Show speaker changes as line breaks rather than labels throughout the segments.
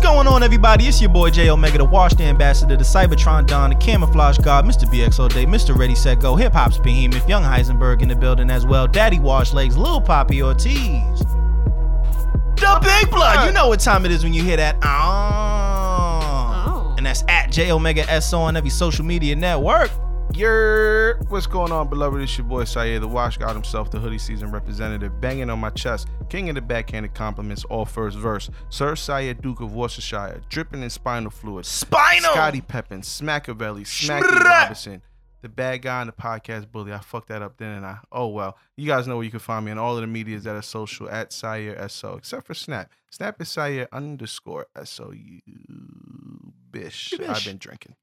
going on, everybody? It's your boy J Omega, the washed ambassador, the Cybertron Don, the camouflage god, Mr. BXO Day, Mr. Ready Set Go, Hip Hop's behemoth, Young Heisenberg in the building as well, Daddy Wash Legs, Lil Poppy Ortiz. The Big Blood. You know what time it is when you hear that. Oh.
Oh.
And that's at J Omega S on every social media network.
Yer, what's going on, beloved? It's your boy Saye, the Wash God himself, the hoodie season representative, banging on my chest, king of the backhanded compliments, all first verse. Sir Saye, Duke of Worcestershire, dripping in spinal fluid.
Spinal.
Scotty Peppin, Smackavelli, Smacky
Smrrrap.
Robinson, the bad guy on the podcast bully. I fucked that up then and I. Oh well. You guys know where you can find me on all of the medias that are social at Sire SO, except for Snap. Snap is Sire underscore SOU. Bish.
Bish.
I've been drinking.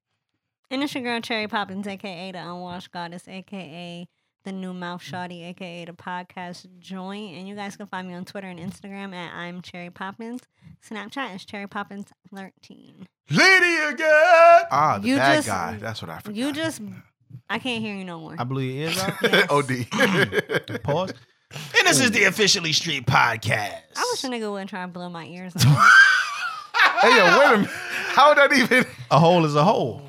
And it's your girl Cherry Poppins, aka the Unwashed Goddess, aka the New Mouth
Mm.
Shawty, aka the Podcast Joint. And you guys can find me on Twitter and Instagram at I'm Cherry Poppins. Snapchat is Cherry Poppins thirteen.
Lady again. Ah, the
You
bad
just-
guy. That's what I forgot.
You just, I can't hear you no more.
I blew your ears out.
OD.
Pause. And this is the Officially Street Podcast.
I wish a nigga would try to blow my ears. out.
hey, yo, wait a minute. How would that even?
A hole is a hole.
Oh,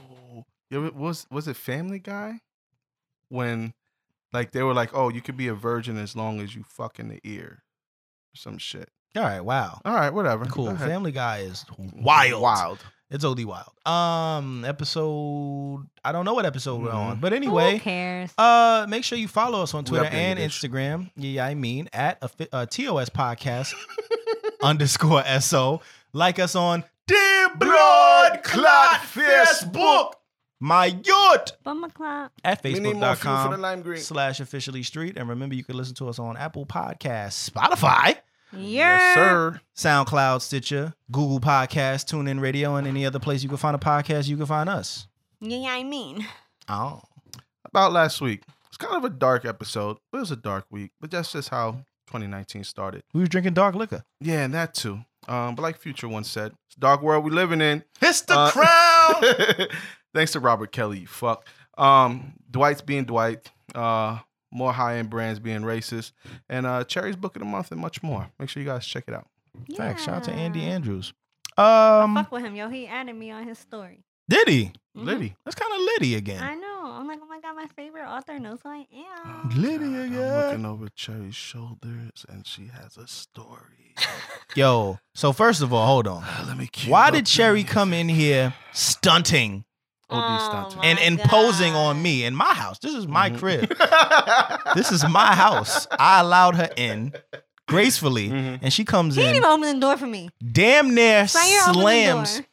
Yo, it was was it Family Guy when like they were like, oh, you could be a virgin as long as you fuck in the ear, or some shit.
All right, wow.
All right, whatever. Go
Cool.
ahead.
Family Guy is wild.
wild.
It's OD wild. Um, episode. I don't know what episode we're
Mhm.
on, but
Who
anyway,
cares?
uh, make sure you follow us on
We
Twitter
updated
and
this.
Instagram. Yeah, I mean at a, fi- uh, TOS Podcast underscore so. Like us on Dear Blood Clot Facebook. My Yacht
But my clock.
at
We need more fuel for the
facebook.com
lime green.
slash officially street. And remember, you can listen to us on Apple Podcasts, Spotify,
Yes,
Yeah.
sir.
SoundCloud, Stitcher, Google Podcasts, TuneIn Radio, and any other place you can find a podcast, you can find us.
Yeah, I mean.
Oh.
About last week, it's kind of a dark episode. It was a dark week, but that's just how 2019 started.
We was drinking dark liquor.
Yeah, and that too. Um, but like Future once said, it's a dark world we living in.
It's the
Uh,
crown.
Thanks to Robert Kelly, you fuck. Um, Dwight's being Dwight. Uh, more high end brands being racist, and uh, Cherry's book of the month and much more. Make sure you guys check it out.
Facts. Shout out to Andy
Yeah.
Andrews. Um,
Fuck with him, yo. He added me on his story.
Diddy.
Mhm.
Liddy,
That's kind of Liddy again.
I know. I'm like, oh my god, my favorite author knows who I am.
Liddy
God, I'm
again.
looking over Cherry's shoulders, and she has a story. Uh,
Yo. So first of all, hold on.
Let me. cue
Why
up
did
the
Cherry
music.
come in here stunting
OD stunt.
Oh,
and
My
imposing
God.
on me in my house? This is my
Mhm.
crib. This is my house. I allowed her in gracefully,
Mhm.
and she comes
He didn't
in
even open the door for me.
damn near
Sire opened the
slams.
door.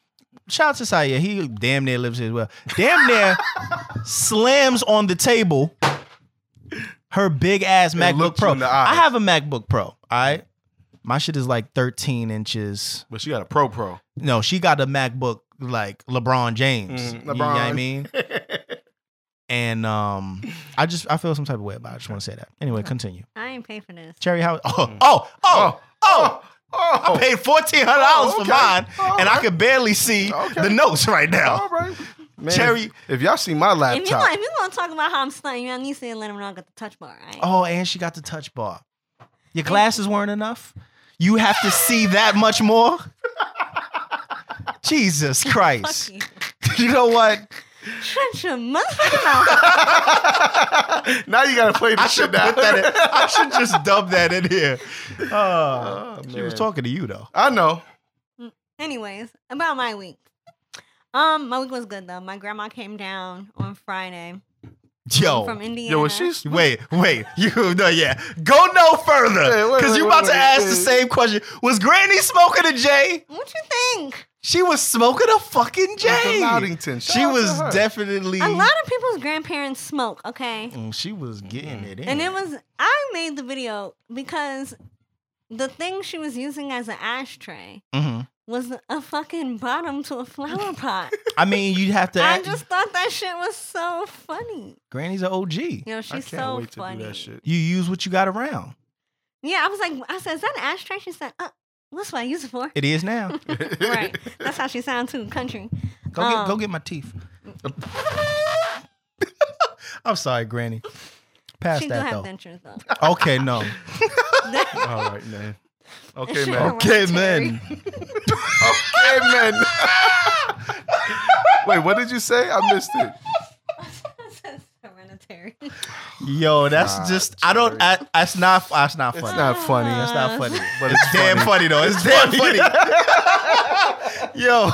Shout out to Saya. He damn near lives here as well. Damn near slams on the table her big ass MacBook
looks you
Pro.
in the eyes.
I have a MacBook Pro. All right. My shit is like 13 inches.
But she got a pro pro.
No, she got a MacBook like LeBron James.
Mm,
You know what I
LeBron.
mean? And um, I just I feel some type of way about it. I just want to say that. Anyway, continue.
I ain't pay for this.
Cherry, how?
Mm.
Oh, oh, oh, oh!
oh.
I paid fourteen hundred dollars
Oh, okay.
for mine,
All
and I
right.
could barely see
Okay.
the notes right now.
All right, Man,
Cherry-
If y'all see my laptop,
If you want, if you want to talk about how I'm stunting, y'all need to let him know I got the touch bar. Right?
Oh, and she got the touch bar. Your
Oh.
glasses weren't enough. You have to see that much more. Jesus
Fuck
Christ!
you.
You know what?
Shut your motherfucking mouth.
now you gotta play the
I
shit
should
now.
put that. In, I should just dub that in here. Uh,
Oh,
she was
man.
talking to you though.
I know.
Anyways, about my week. Um, my week was good though. My grandma came down on Friday from
Yo,
Indiana.
Yo, was she? s-
wait, wait. You no, yeah. Go no
Hey,
further
wait,
because
wait,
you
wait,
about to
wait,
ask the
wait.
same question. Was Granny smoking a J?
What you think?
She was smoking a fucking
That's the
J.
Loudington. Shout
She
out to
was
her.
definitely.
A lot of people's grandparents smoke. Okay.
Mm, she was
Mm-hmm.
getting it in.
And it was I made the video because the thing she was using as an ashtray
Mhm.
was a fucking bottom to a flower pot.
I mean, you'd have to.
I
Ask,
just thought that shit was so funny.
Granny's an OG. You
You know,
I
she's
can't
so
wait to
funny.
do that shit.
use what you got around.
Yeah, I was like, I said, is that an ashtray? She said, uh, that's what I use it for.
It is now.
right. That's how she sounds too, country.
Go get,
Um.
go get my teeth. I'm sorry, Granny. Pass
she do
that
have
though.
dentures though.
Okay, no.
All right, man. Okay,
Sure.
man.
Okay, men.
Okay, man. Wait, what did you say? I missed it.
Hereditary.
Yo, that's
Nah,
just I don't.
Jerry.
I, that's not. That's not
It's
funny.
not funny.
That's not funny.
But it's
Damn
funny.
funny though. It's damn funny. Yo,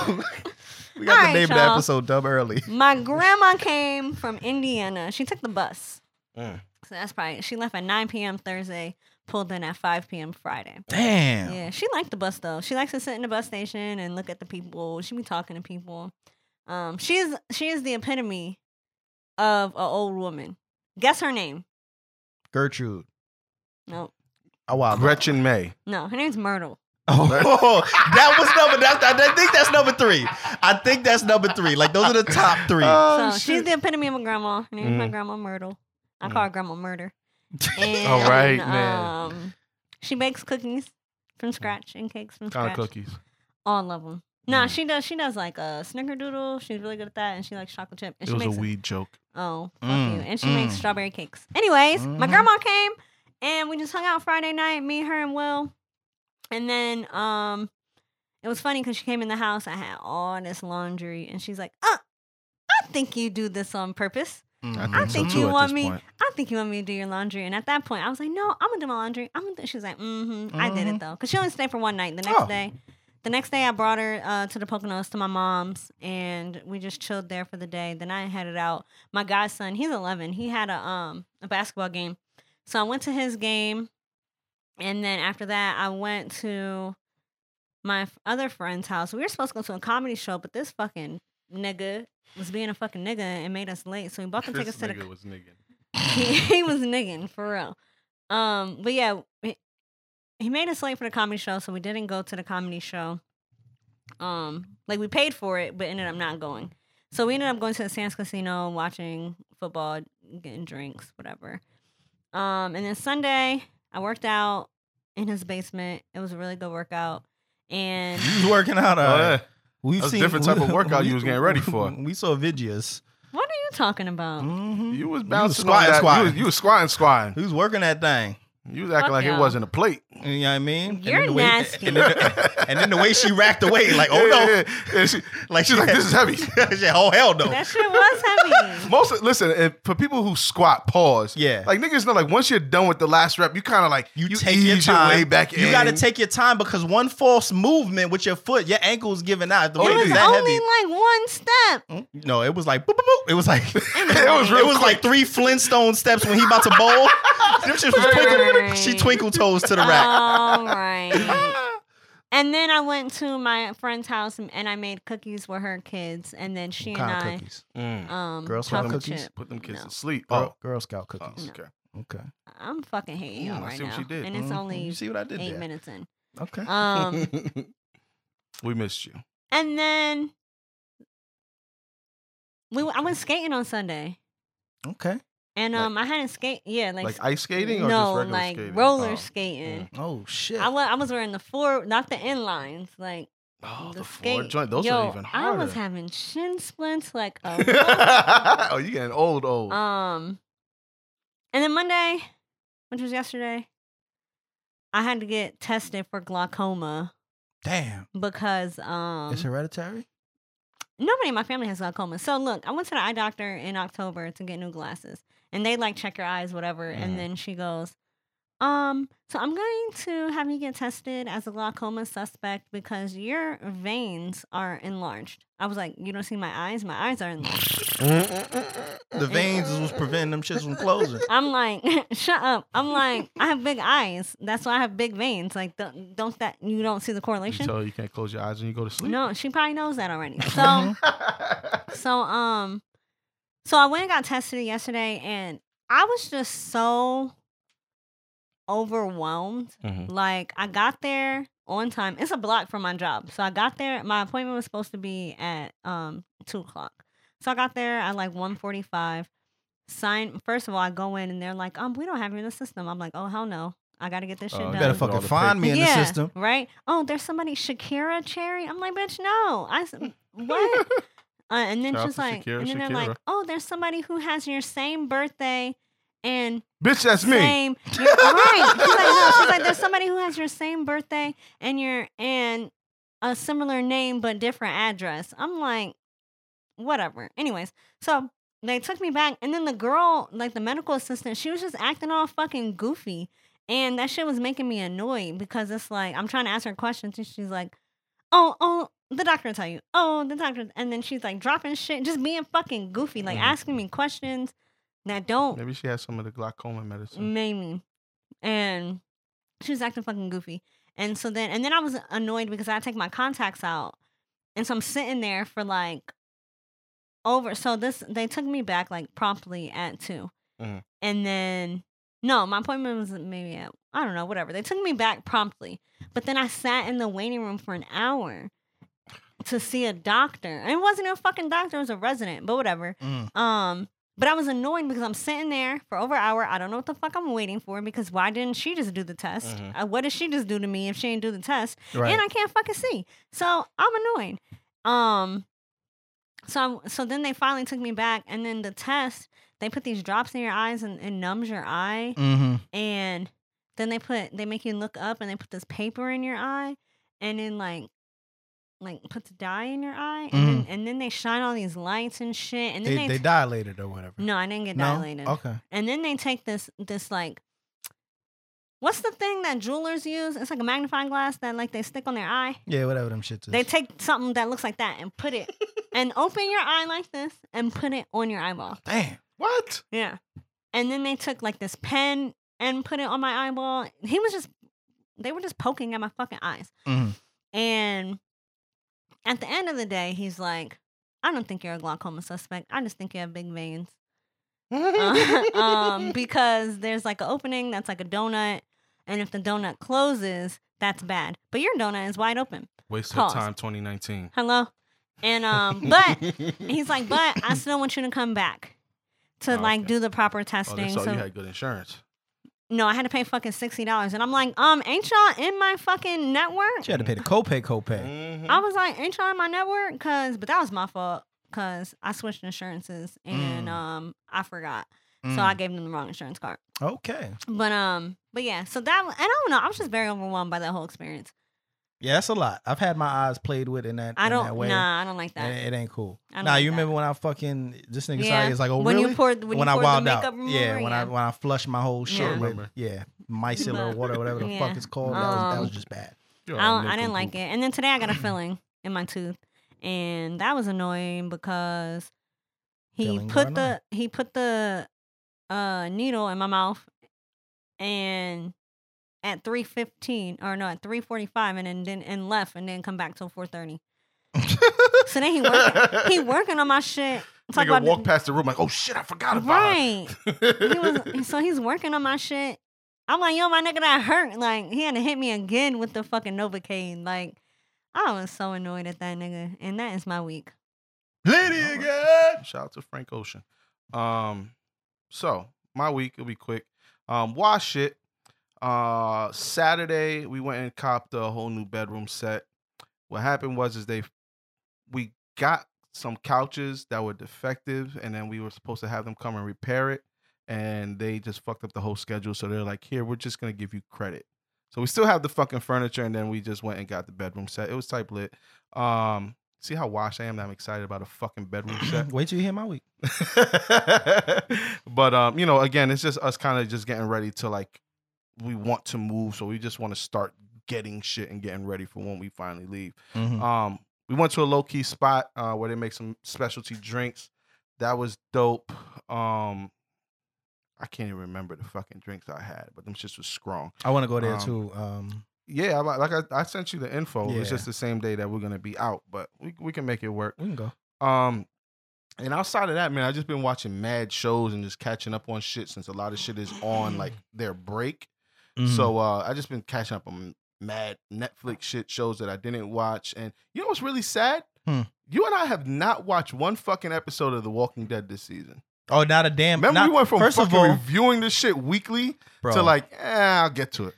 we got the
Alright,
name of the
y'all.
episode dumb early.
My grandma came from Indiana. She took the bus.
Mm.
So that's probably she left at 9 p.m. Thursday, pulled in at 5 p.m. Friday.
Damn.
Yeah, she liked the bus though. She likes to sit in the bus station and look at the people. She be talking to people. Um, she is she is the epitome of an old woman. Guess her name.
Gertrude.
No,
Oh wow.
Gretchen May.
no, her name's Myrtle.
Oh, that was number. That's, I think that's number three. I think that's number three. Like those are the top three.
Oh,
so she's
shit.
the epitome of a grandma. Her name's my
Mhm.
grandma Myrtle. I
Mhm.
call her Grandma Murder. And,
All right, man.
Um, she bakes cookies from scratch and cakes from
kind
scratch.
of cookies.
All of them. Nah,
Mm.
she does. She does like a snickerdoodle. She's really good at that, and she likes chocolate chip. And
It
she
was a
makes
weed joke.
Oh, fuck
Mm,
you. And she
mm.
makes strawberry cakes. Anyways, my
Mhm.
grandma came and we just hung out Friday night, me, her, and Will. And then um it was funny because she came in the house. I had all this laundry, and she's like, uh, I think you do this on purpose.
Mm,
I think
too
you
Mm-hmm. at
want
this
me-
point.
I think you want me to do your laundry. And at that point, I was like, no, I'm gonna do my laundry. I'm gonna. Do-. She was like, mm-hmm, I did it though, because she only stayed for one night. The next
Oh.
day, the next day, I brought her uh, to the Poconos to my mom's, and we just chilled there for the day. Then I headed out. My godson, he's 11. He had a um a basketball game, so I went to his game, and then after that, I went to my f- other friend's house. We were supposed to go to a comedy show, but this fucking nigga was being a fucking nigga and made us late. So we bought the tickets to the
was niggin.
he, he was nigging for real. Um, but yeah, he, he made us late for the comedy show, so we didn't go to the comedy show. Um, like we paid for it, but ended up not going. So we ended up going to the Sands Casino, watching football, getting drinks, whatever. Um, and then Sunday, I worked out in his basement. It was a really good workout, and
He's working out. all
Oh,
right.
yeah.
We've
That's a different type of workout you was getting ready for.
We saw videos.
what are you talking about?
Mm-hmm.
You was
You was
bouncing
squatting,
on that.
squatting.
You, was, you was squatting, squatting.
He was working that thing.
You was acting
Fuck
like it
y'all.
wasn't a plate.
You know what I mean? And
You're
then the way-
nasty.
and, then the, and then the way she racked away, like, oh
Yeah,
no.
yeah, yeah. She-
Like
she's like, this is heavy.
yeah, oh hell no.
That shit was heavy.
Most of- listen if, for people who squat, pause.
Yeah.
like niggas know. Like once you're done with the last rep, you kind of like
you, take your
ease
time.
way back in.
you got to take your time because one false movement with your foot, your ankle's giving out. The
Oh,
weight
It
is
was
dude.
that
only
heavy.
like one step.
Mm, No, it was like boop, boop, boop. It was like
It was real
it was like three Flintstone steps when he about to bowl. Them shits was twinkle-
Right. Oh,
she twinkle toes to the rack.
All right.
Mm.
And then I went to my friend's house and, and I made cookies with her kids, and then she and
Kind of
I
cookies.
Mm.
um
Girl Scout
chocolate
cookies?
chip.
Put them kids
No.
to sleep.
Girl, Girl Scout
oh,
cookies.
okay.
Okay.
I'm fucking hating
Mm,
y'all
I
right
see what
now,
she did.
and it's
Mhm.
only
you see what I did
eight
there.
minutes in.
Okay.
Um,
we missed you.
and then we I went skating on Sunday,
Uh, Okay.
and
Like-
um I hadn't skate. Yeah, like,
Like ice skating or
no,
just regular
like
skating?
roller
Oh.
skating.
Oh shit.
I was I was wearing the four, not the inlines, like
Oh, the,
the
four
skate.
joint. Those
Yo,
are even harder.
I was having shin splints like a
oh, you getting old, old.
Um, and then Monday, which was yesterday, I had to get tested for glaucoma
Damn.
because um
It's hereditary.
nobody in my family has glaucoma. So look, I went to the eye doctor in October to get new glasses, and they like check your eyes, whatever.
Mhm.
And then she goes, um, so I'm going to have you get tested as a glaucoma suspect because your veins are enlarged. I was like, you don't see my eyes? My eyes are enlarged.
The veins was preventing them shits from closing.
I'm like, shut up. I'm like, I have big eyes. That's why I have big veins. Like, don't, don't that you don't see the
you
correlation?
tell her you can't close your eyes when you go to sleep.
No, she probably knows that already. So, so um, so I went and got tested yesterday, and I was just so overwhelmed.
Mhm.
Like, I got there on time. It's a block from my job, so I got there. My appointment was supposed to be at um two o'clock, so I got there at like one forty-five. Sign first of all, I go in and they're like, um, we don't have you in the system. I'm like, oh hell no, I got to get this shit
Oh, you
done.
You better
With all
fucking
the
find me in the system.
Right? Oh, there's somebody Shakira Cherry. I'm like, bitch, no. I s- what? Uh, and then
Shout out
she's
to
like,
Shakira,
and then they're
Shakira.
like, oh, there's somebody who has your same birthday and
Bitch, that's me.
same. You're, right. She's like, no. She's like, there's somebody who has your same birthday and your and a similar name but different address. I'm like, whatever. Anyways, so they took me back, and then the girl, like the medical assistant, she was just acting all fucking goofy, and that shit was making me annoyed because it's like I'm trying to ask her questions, and she's like, oh, oh. The doctor will tell you. Oh, the doctor, and then she's like dropping shit, just being fucking goofy, like
Mhm.
asking me questions that don't
Maybe she has some of the glaucoma medicine.
Mamie. And she was acting fucking goofy. And so then and then I was annoyed because I take my contacts out. And so I'm sitting there for like over so this they took me back like promptly at 2
Mhm.
And then no, my appointment was maybe at I don't know, whatever. They took me back promptly. But then I sat in the waiting room for an hour to see a doctor. And it wasn't a fucking doctor, it was a resident, but whatever.
Mm.
Um, but I was annoyed because I'm sitting there for over an hour. I don't know what the fuck I'm waiting for because why didn't she just do the test?
Mm-hmm.
Mhm.
Uh, what did she just do to me if she didn't do the test?
Right.
And I can't fucking see. So I'm annoyed. Um, so I- so then they finally took me back, and then the test they put these drops in your eyes and, and numbs your eye,
Mm-hmm.
and then they put they make you look up and they put this paper in your eye, and then like. Like put the dye in your eye, and, then, and then they shine all these lights and shit, and then
Mm-hmm. They,
they,
they dilated or whatever.
no, I didn't get
No?
dilated.
Okay.
And then they take this this like what's the thing that jewelers use? It's like a magnifying glass that like they stick on their eye.
Yeah, whatever them shits is.
They take something that looks like that and put it and open your eye like this and put it on your eyeball.
Damn.
What?
Yeah. And then they took like this pen and put it on my eyeball. He was just they were just poking at my fucking eyes.
Mhm.
And at the end of the day, he's like, I don't think you're a glaucoma suspect. I just think you have big veins. Uh, um, because there's like an opening that's like a donut, and if the donut closes, that's bad. But your donut is wide open.
Waste
Pause.
of time 2019.
Hello, and um, but he's like, but I still want you to come back to
Oh,
like
okay.
do the proper
oh,
testing.
that's all
so
you had good insurance.
no, I had to pay fucking sixty dollars, and I'm like, um, ain't y'all in my fucking network?
She had to pay the copay, copay.
Mhm.
I was like, ain't y'all in my network? Cause, but that was my fault. Cause I switched insurances and
Mm.
um, I forgot,
Mm.
so I gave them the wrong insurance card.
okay.
But um, but yeah, so that I don't know. I was just very overwhelmed by that whole experience.
Yeah, that's a lot. I've had my eyes played with in that.
I
in that
don't
way.
nah, I don't like that.
And It, it ain't cool.
I don't
Nah,
like
you
that.
remember when I fucking this nigga
Yeah.
yeah. is like, oh
when
really?
you poured when,
when
you
I
poured
wild
the makeup mm,
out,
remover,
yeah. When I when I flushed my whole shit
Yeah.
with
Remember.
yeah micellar
But-
water, whatever the
Yeah.
fuck it's called. That was, that was
Um,
just bad.
You're
I,
all
don't, I
nipping
didn't like
poop.
it. And then today I got a filling in my tooth, and that was annoying because he
Filling
put
going
the he put the uh needle in my mouth, and at three fifteen or no at three forty five, and then then and left, and then come back till four thirty. so then he working he working on my shit. Talk
Nigga
about
walk
the-
past the room like, oh shit, I forgot about
right.
her.
he was so he's working on my shit. I'm like, yo, my nigga that hurt. Like he had to hit me again with the fucking Novocaine. Like I was so annoyed at that nigga, and that is my week.
All
Lady
right.
again.
Shout out to Frank Ocean. Um, so my week will be quick. Um, wash it. Uh, Saturday we went and copped a whole new bedroom set. What happened was is they we got some couches that were defective, and then we were supposed to have them come and repair it, and they just fucked up the whole schedule. So they're like, here, we're just gonna give you credit. So we still have the fucking furniture, and then we just went and got the bedroom set. It was type lit. Um, see how washed I am that I'm excited about a fucking bedroom set.
Wait till you hear my week.
but um, you know, again, it's just us kind of just getting ready to like we want to move, so we just want to start getting shit and getting ready for when we finally leave.
Mhm.
Um, we went to a low key spot uh, where they make some specialty drinks. That was dope. Um, I can't even remember the fucking drinks I had, but them shits was strong.
I want to go there
um,
too. Um,
Yeah, I- like I, I sent you the info. It's
Yeah.
just the same day that we're gonna be out, but we we can make it work.
we can go.
Um, and outside of that, man, I've just been watching mad shows and just catching up on shit since a lot of shit is on like their break.
Mm-hmm.
So uh, I just been catching up on mad Netflix shit shows that I didn't watch. And you know what's really sad?
Hmm.
You and I have not watched one fucking episode of The Walking Dead this season.
oh, not a damn.
Remember,
not-
we went from
first of
fucking
all,
reviewing this shit weekly
bro,
to like, eh, I'll get to it.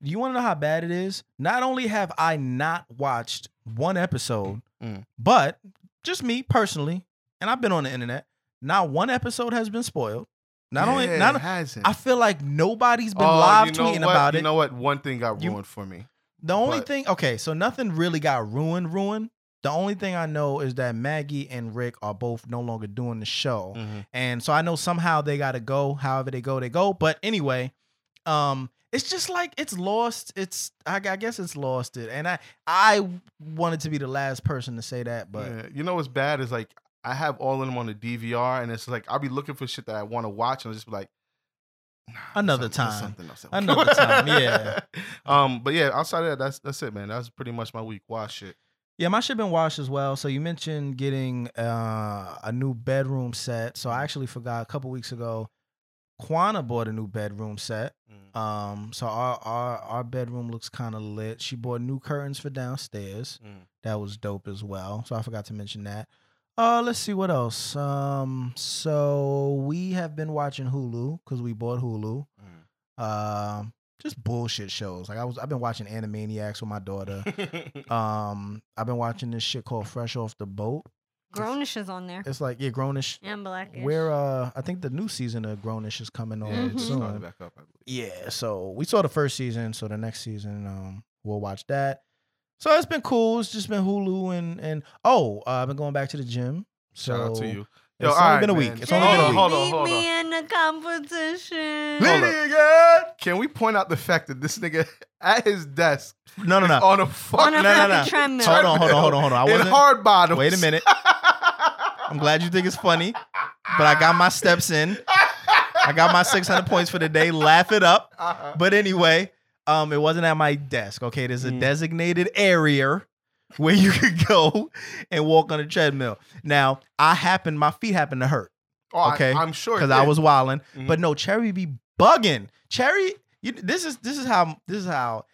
you want to know how bad it is? Not only have I not watched one episode,
Mm.
but just me personally, and I've been on the internet, not one episode has been spoiled. Not only
Yeah, it
not
hasn't.
I feel like nobody's been
Oh,
live
you know
tweeting
what?
about
you
it.
know what? One thing got
You-
ruined for me.
the only
but-
thing okay, so nothing really got ruined, ruined. The only thing I know is that Maggie and Rick are both no longer doing the show.
Mm-hmm.
And so I know somehow they gotta go. However they go, they go. But anyway, um, it's just like it's lost. It's I, I guess it's lost it. And I I wanted to be the last person to say that, but
Yeah, you know what's bad is like I have all of them on the DVR, and it's like I'll be looking for shit that I want to watch, and I'll just be like, nah, there's
Another
something- there's
time.
something else.
Another time, yeah.
Um, but yeah, outside of that, that's that's it, man. That's pretty much my week. Watch it.
yeah, my shit been washed as well. So you mentioned getting uh, a new bedroom set. So I actually forgot a couple weeks ago, Kwana bought a new bedroom set.
Uh,
Um, so our our our bedroom looks kind of lit. She bought new curtains for downstairs.
Mm.
That was dope as well. So I forgot to mention that. Uh, let's see what else. Um, so we have been watching Hulu because we bought Hulu. Um, just bullshit shows. Like I was, I've been watching Animaniacs with my daughter.
uh,
um, I've been watching this shit called Fresh Off the Boat.
Grownish is on there.
It's like yeah, grownish.
And blackish.
Where uh, I think the new season of Grownish is coming on
Yeah, it just
soon.
started back up. I believe.
Yeah, so we saw the first season, so the next season um we'll watch that. So it's been cool. It's just been Hulu and and oh, uh, I've been going back to the gym. So
Shout out to you.
It's only
alright,
been a week.
man.
It's only been a week.
Hold on, hold on,
Beat
hold on.
me in the competition.
Hold
Lydia,
up.
God.
Can we point out the fact that this nigga at his desk
No, no,
is
no.
on a
On
fucking
No,
a
no,
fucking
no.
treadmill.
Hold on, hold on, hold on, hold on. I
in
wasn't.
hard bottoms.
Wait a minute. I'm
I'm
glad you think it's funny, but I got my steps in. I got my 600 points for the day. Laugh it up.
Uh-uh.
But anyway, um, it wasn't at my desk. Okay, there's a
Mm.
designated area where you could go and walk on a treadmill. Now, I happened, my feet happened to hurt
Oh, I-
Okay,
I'm sure
because
it
I
did.
was wilding.
Mhm.
But no, Cherry be bugging. Cherry, you, this is this is how this is how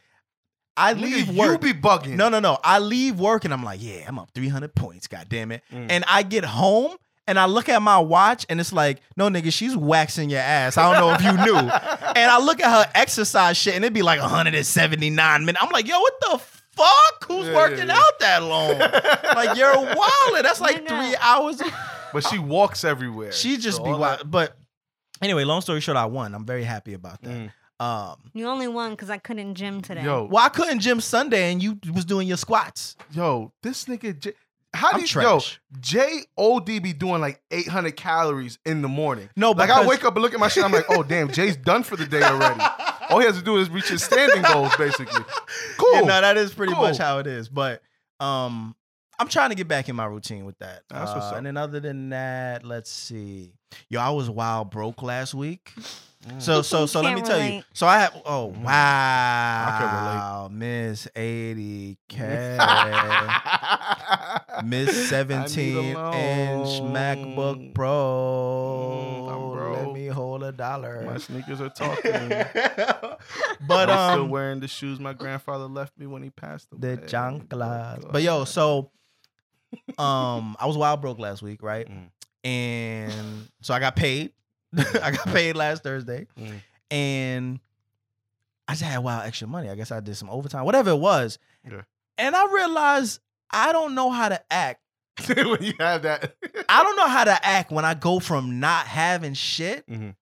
I leave
Nigga,
work.
You be bugging.
no, no, no. I leave work and I'm like, yeah, I'm up 300 points. God damn it.
Mm.
And I get home. And I look at my watch and it's like, no, nigga, she's waxing your ass. I don't know if you knew. And I look at her exercise shit, and it'd be like 179 minutes. I'm like, yo, what the fuck? Who's
Yeah,
working
yeah, yeah.
out that long? like, you're a wallet. That's like
Why not?
three hours.
But she walks everywhere.
She just
So
be
all
wild. But anyway, long story short, I won. I'm very happy about
that-
that.
Mm.
Um,
You only won because I couldn't gym today.
Yo,
well, I couldn't gym Sunday, and you was doing your squats.
yo, this nigga. J- how
I'm
do you, yo
trash.
J O D be doing like 800 calories in the morning?
no,
Like
because,
I wake up and look at my shit. I'm like, oh damn, Jay's done for the day already. All he has to do is reach his standing goals, basically. Cool.
Yeah, no, that is pretty
Cool.
much how it is. But um, I'm trying to get back in my routine with that.
That's what's
Uh,
up.
And then other than that, let's see. Yo, I was wild broke last week.
Mm.
So so so let me
Can't
tell you.
relate.
So I have oh
Mhm.
wow. Miss 80K. Miss
I need a
17 inch MacBook
loan.
Pro.
Mm, I'm
Let
broke.
me hold a dollar.
My sneakers are talking.
but
I'm
um
still wearing the shoes my grandfather left me when he passed away. Oh,
the chanclas. But yo, so um I was wild broke last week, right?
Mm.
And so I got paid. I got paid last Thursday.
Mm.
And I just had wild extra money. I guess I did some overtime, whatever it was.
Yeah.
And I realized I don't know how to act.
when you have that,
I don't know how to act when I go from not having shit.
Mhm.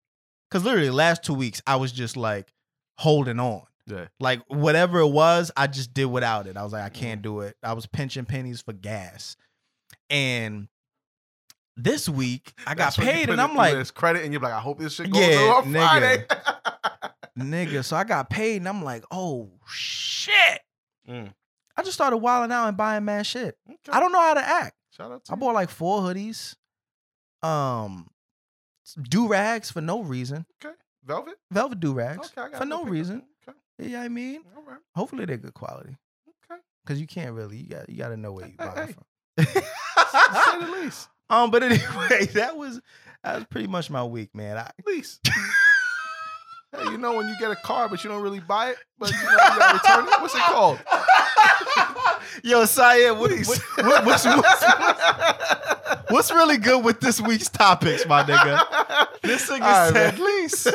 Cause literally last two weeks I was just like holding on.
yeah,
Like whatever it was, I just did without it. I was like, I
Mm.
can't do it. I was pinching pennies for gas. And this week I got
That's when you
paid
put
and
it
I'm
through
like,
this credit, and you're like, I hope this shit goes
Yeah,
through on
nigga.
Friday.
nigga. So I got paid and I'm like, oh shit.
Mm.
I just started wilding out and buying mad shit. I don't know how to act.
Shout out to
I bought like four hoodies, um, do rags for no reason,
you. Okay, Velvet.
velvet do rags
Okay, I got
for no reason.
Okay,
Yeah, you know what I mean,
all right.
hopefully they're good quality
Okay,
because you can't really you got you got to know where you
Hey,
buy
hey.
it
to say
from.
the least.
um, but anyway, that was that was pretty much my week, man. I,
Least. hey, you know when you get a car, but you don't really buy it, but you know you gotta return it. What's it called?
Yo, Saya, what,
Lease.
what, what- what's, what's, what's really good with this week's topics, my nigga? This nigga
All right,
said
man.
lease.
All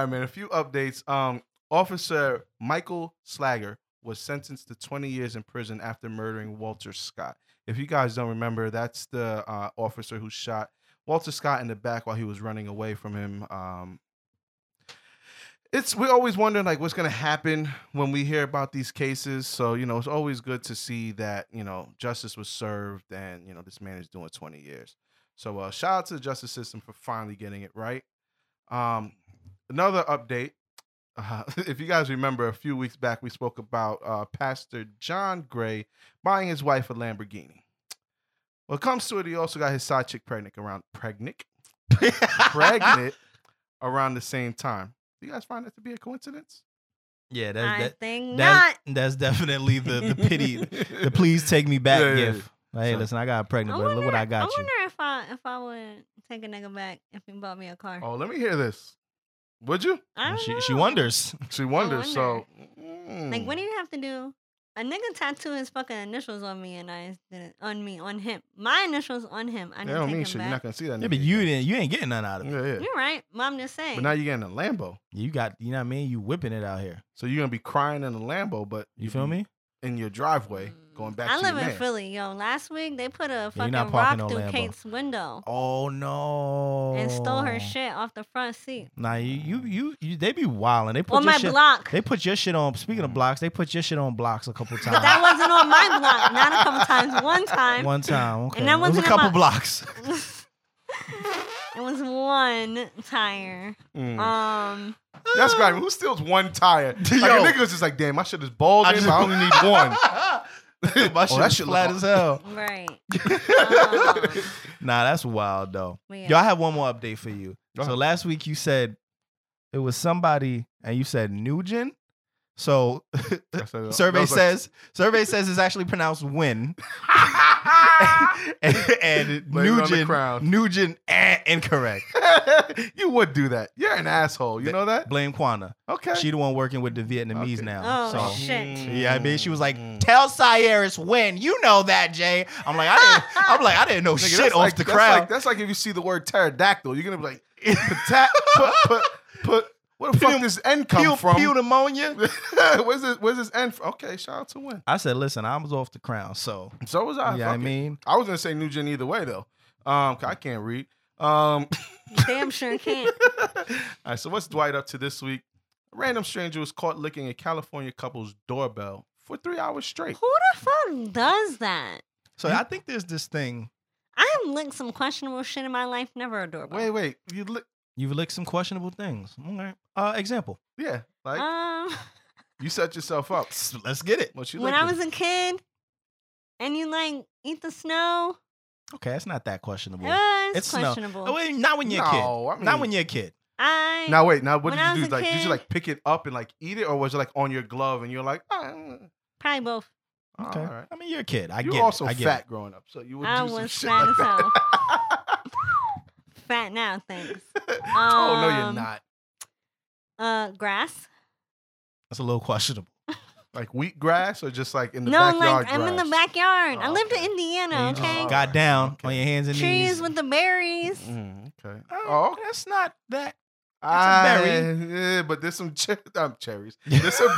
right, man. A few updates. Um, Officer Michael Slager was sentenced to 20 years in prison after murdering Walter Scott. If you guys don't remember, that's the uh, officer who shot Walter Scott in the back while he was running away from him. Um, it's we're always wondering like what's gonna happen when we hear about these cases. So you know it's always good to see that you know justice was served and you know this man is doing 20 years. So uh, shout out to the justice system for finally getting it right. Um, another update. Uh, if you guys remember, a few weeks back we spoke about uh, Pastor John Gray buying his wife a Lamborghini. Well, it comes to it, he also got his side chick pregnant around pregnant, pregnant around the same time. Do you guys find that to be a coincidence?
yeah,
I
that's
think
that, that,
not.
that's definitely the the pity, the please take me back
Yeah, yeah,
gift. Like, hey,
So-
listen, I got
I
pregnant, but
wonder,
look what I got
I
you.
wonder if I if I would take a nigga back if he bought me a car.
Oh, let me hear this. Would you?
I don't
She
know.
she wonders.
She wonders. So,
Like,
mm.
what do you have to do? A nigga tattooed his fucking initials on me, and I didn't on me on him. My initials on him. I
That
didn't
don't
take
mean
him
shit. You're not
back.
gonna see that.
Yeah,
nigga
but you
again.
didn't you ain't getting none out of it.
Yeah, yeah.
You're right, mom. Just saying.
But now you're getting a Lambo,
You got you know what I mean. You whipping it out here.
so you're gonna be crying in a Lambo, but
You
you'll
feel
be
me?
In your driveway,
Mm.
going back.
I
to
live
your
in
man.
Philly, yo. Last week they put a
you're
fucking
not
rock
parking
through
no Lambo.
Kate's window
Oh no!
and stole
Oh.
her shit off the front
Mm.
seat.
Nah, you you you, you they be wilding. They put
on
your
my
shit.
block.
They put your shit on. Speaking of blocks, they put your shit on blocks a couple times.
But that wasn't on my block. Not a couple times. One time.
One time, okay.
And that
it was a
wasn't
couple
about-
blocks.
it was one tire.
Mm.
Um,
That's right. Who steals one tire? Like, a
Yo.
nigga was just like, damn, my shit is bald.
I
in,
just
but I only need one.
My
Oh,
shit
that
was
shit look
flat
hard.
as hell.
right. Um,
Nah, that's wild though.
but
Yo, I
yeah.
have one more update for you.
Go
So
ahead.
last week you said it was somebody, and you said Nugent. So
I said, uh,
survey
I was like,
says survey says it's actually pronounced win, and, and
Blame it on the
Nugent
crowd.
Nugent eh, incorrect.
you would do that. You're an asshole. You
Th-
know that?
Blame Kwana.
Okay.
She the one working with the Vietnamese
Okay.
now.
Oh,
so
shit.
yeah, I mean she was like,
Mm.
"Tell Cyrus when you know that, Jay." I'm like, I didn't. I'm like, I didn't know
Nigga,
"Oh, shit
that's
off
like-
the
that's Like,
crowd.
that's like if you see the word pterodactyl, you're gonna be like, pata- put, put, put. Where the fuck
Pew-
does N come
Pew-
from?
pew pneumonia.
where's this? Where's this N? From? Okay, shout out to Win.
I said, "Listen, I was off the crown." So
So was I.
yeah, I
fuck it.
mean,
I was gonna say Nugent either way though. Um, 'cause I can't read. Um,
Damn sure can't.
All right, so what's Dwight up to this week? A random stranger was caught licking a California couple's doorbell for three hours straight.
Who the fuck does that?
so I think there's this thing.
I have licked some questionable shit in my life. Never a doorbell.
Wait, wait, you lick?
You've licked some questionable things. Okay. Uh, example.
Yeah, like
Um,
you set yourself up.
Let's get it.
What you
when I
licking?
was a kid, and you like eat the snow.
Okay, it's not that questionable.
Uh, it's,
It's snow.
questionable.
Oh, wait, not when you're a kid.
Oh. No, I
not
mean-
when you're a kid.
I
Now wait, now what
When
did
I
you
was
do?
a
Like, did
kid-
you like pick it up and like eat it, or was it like on your glove and you're like, ah,
probably both.
Okay.
all right.
I mean, you're a kid. I
you
get
were also
it. I get
fat
It.
growing up, so you would
I
do some
was
shit
fat
like
as
that.
hell. Fat now, thanks.
oh no, you're
Um,
not.
Uh, grass.
That's a little questionable.
Like wheatgrass or just like in the
no,
backyard.
like I'm in the
grass?
backyard. I
Oh,
lived
okay.
in Indiana.
And you just
Okay,
Oh,
got
okay.
down
Okay.
on your hands and knees.
trees with the berries.
Mm, okay.
Oh,
Oh,
that's not that.
Ah,
It's a
yeah, but there's some cher- um, cherries. There's some,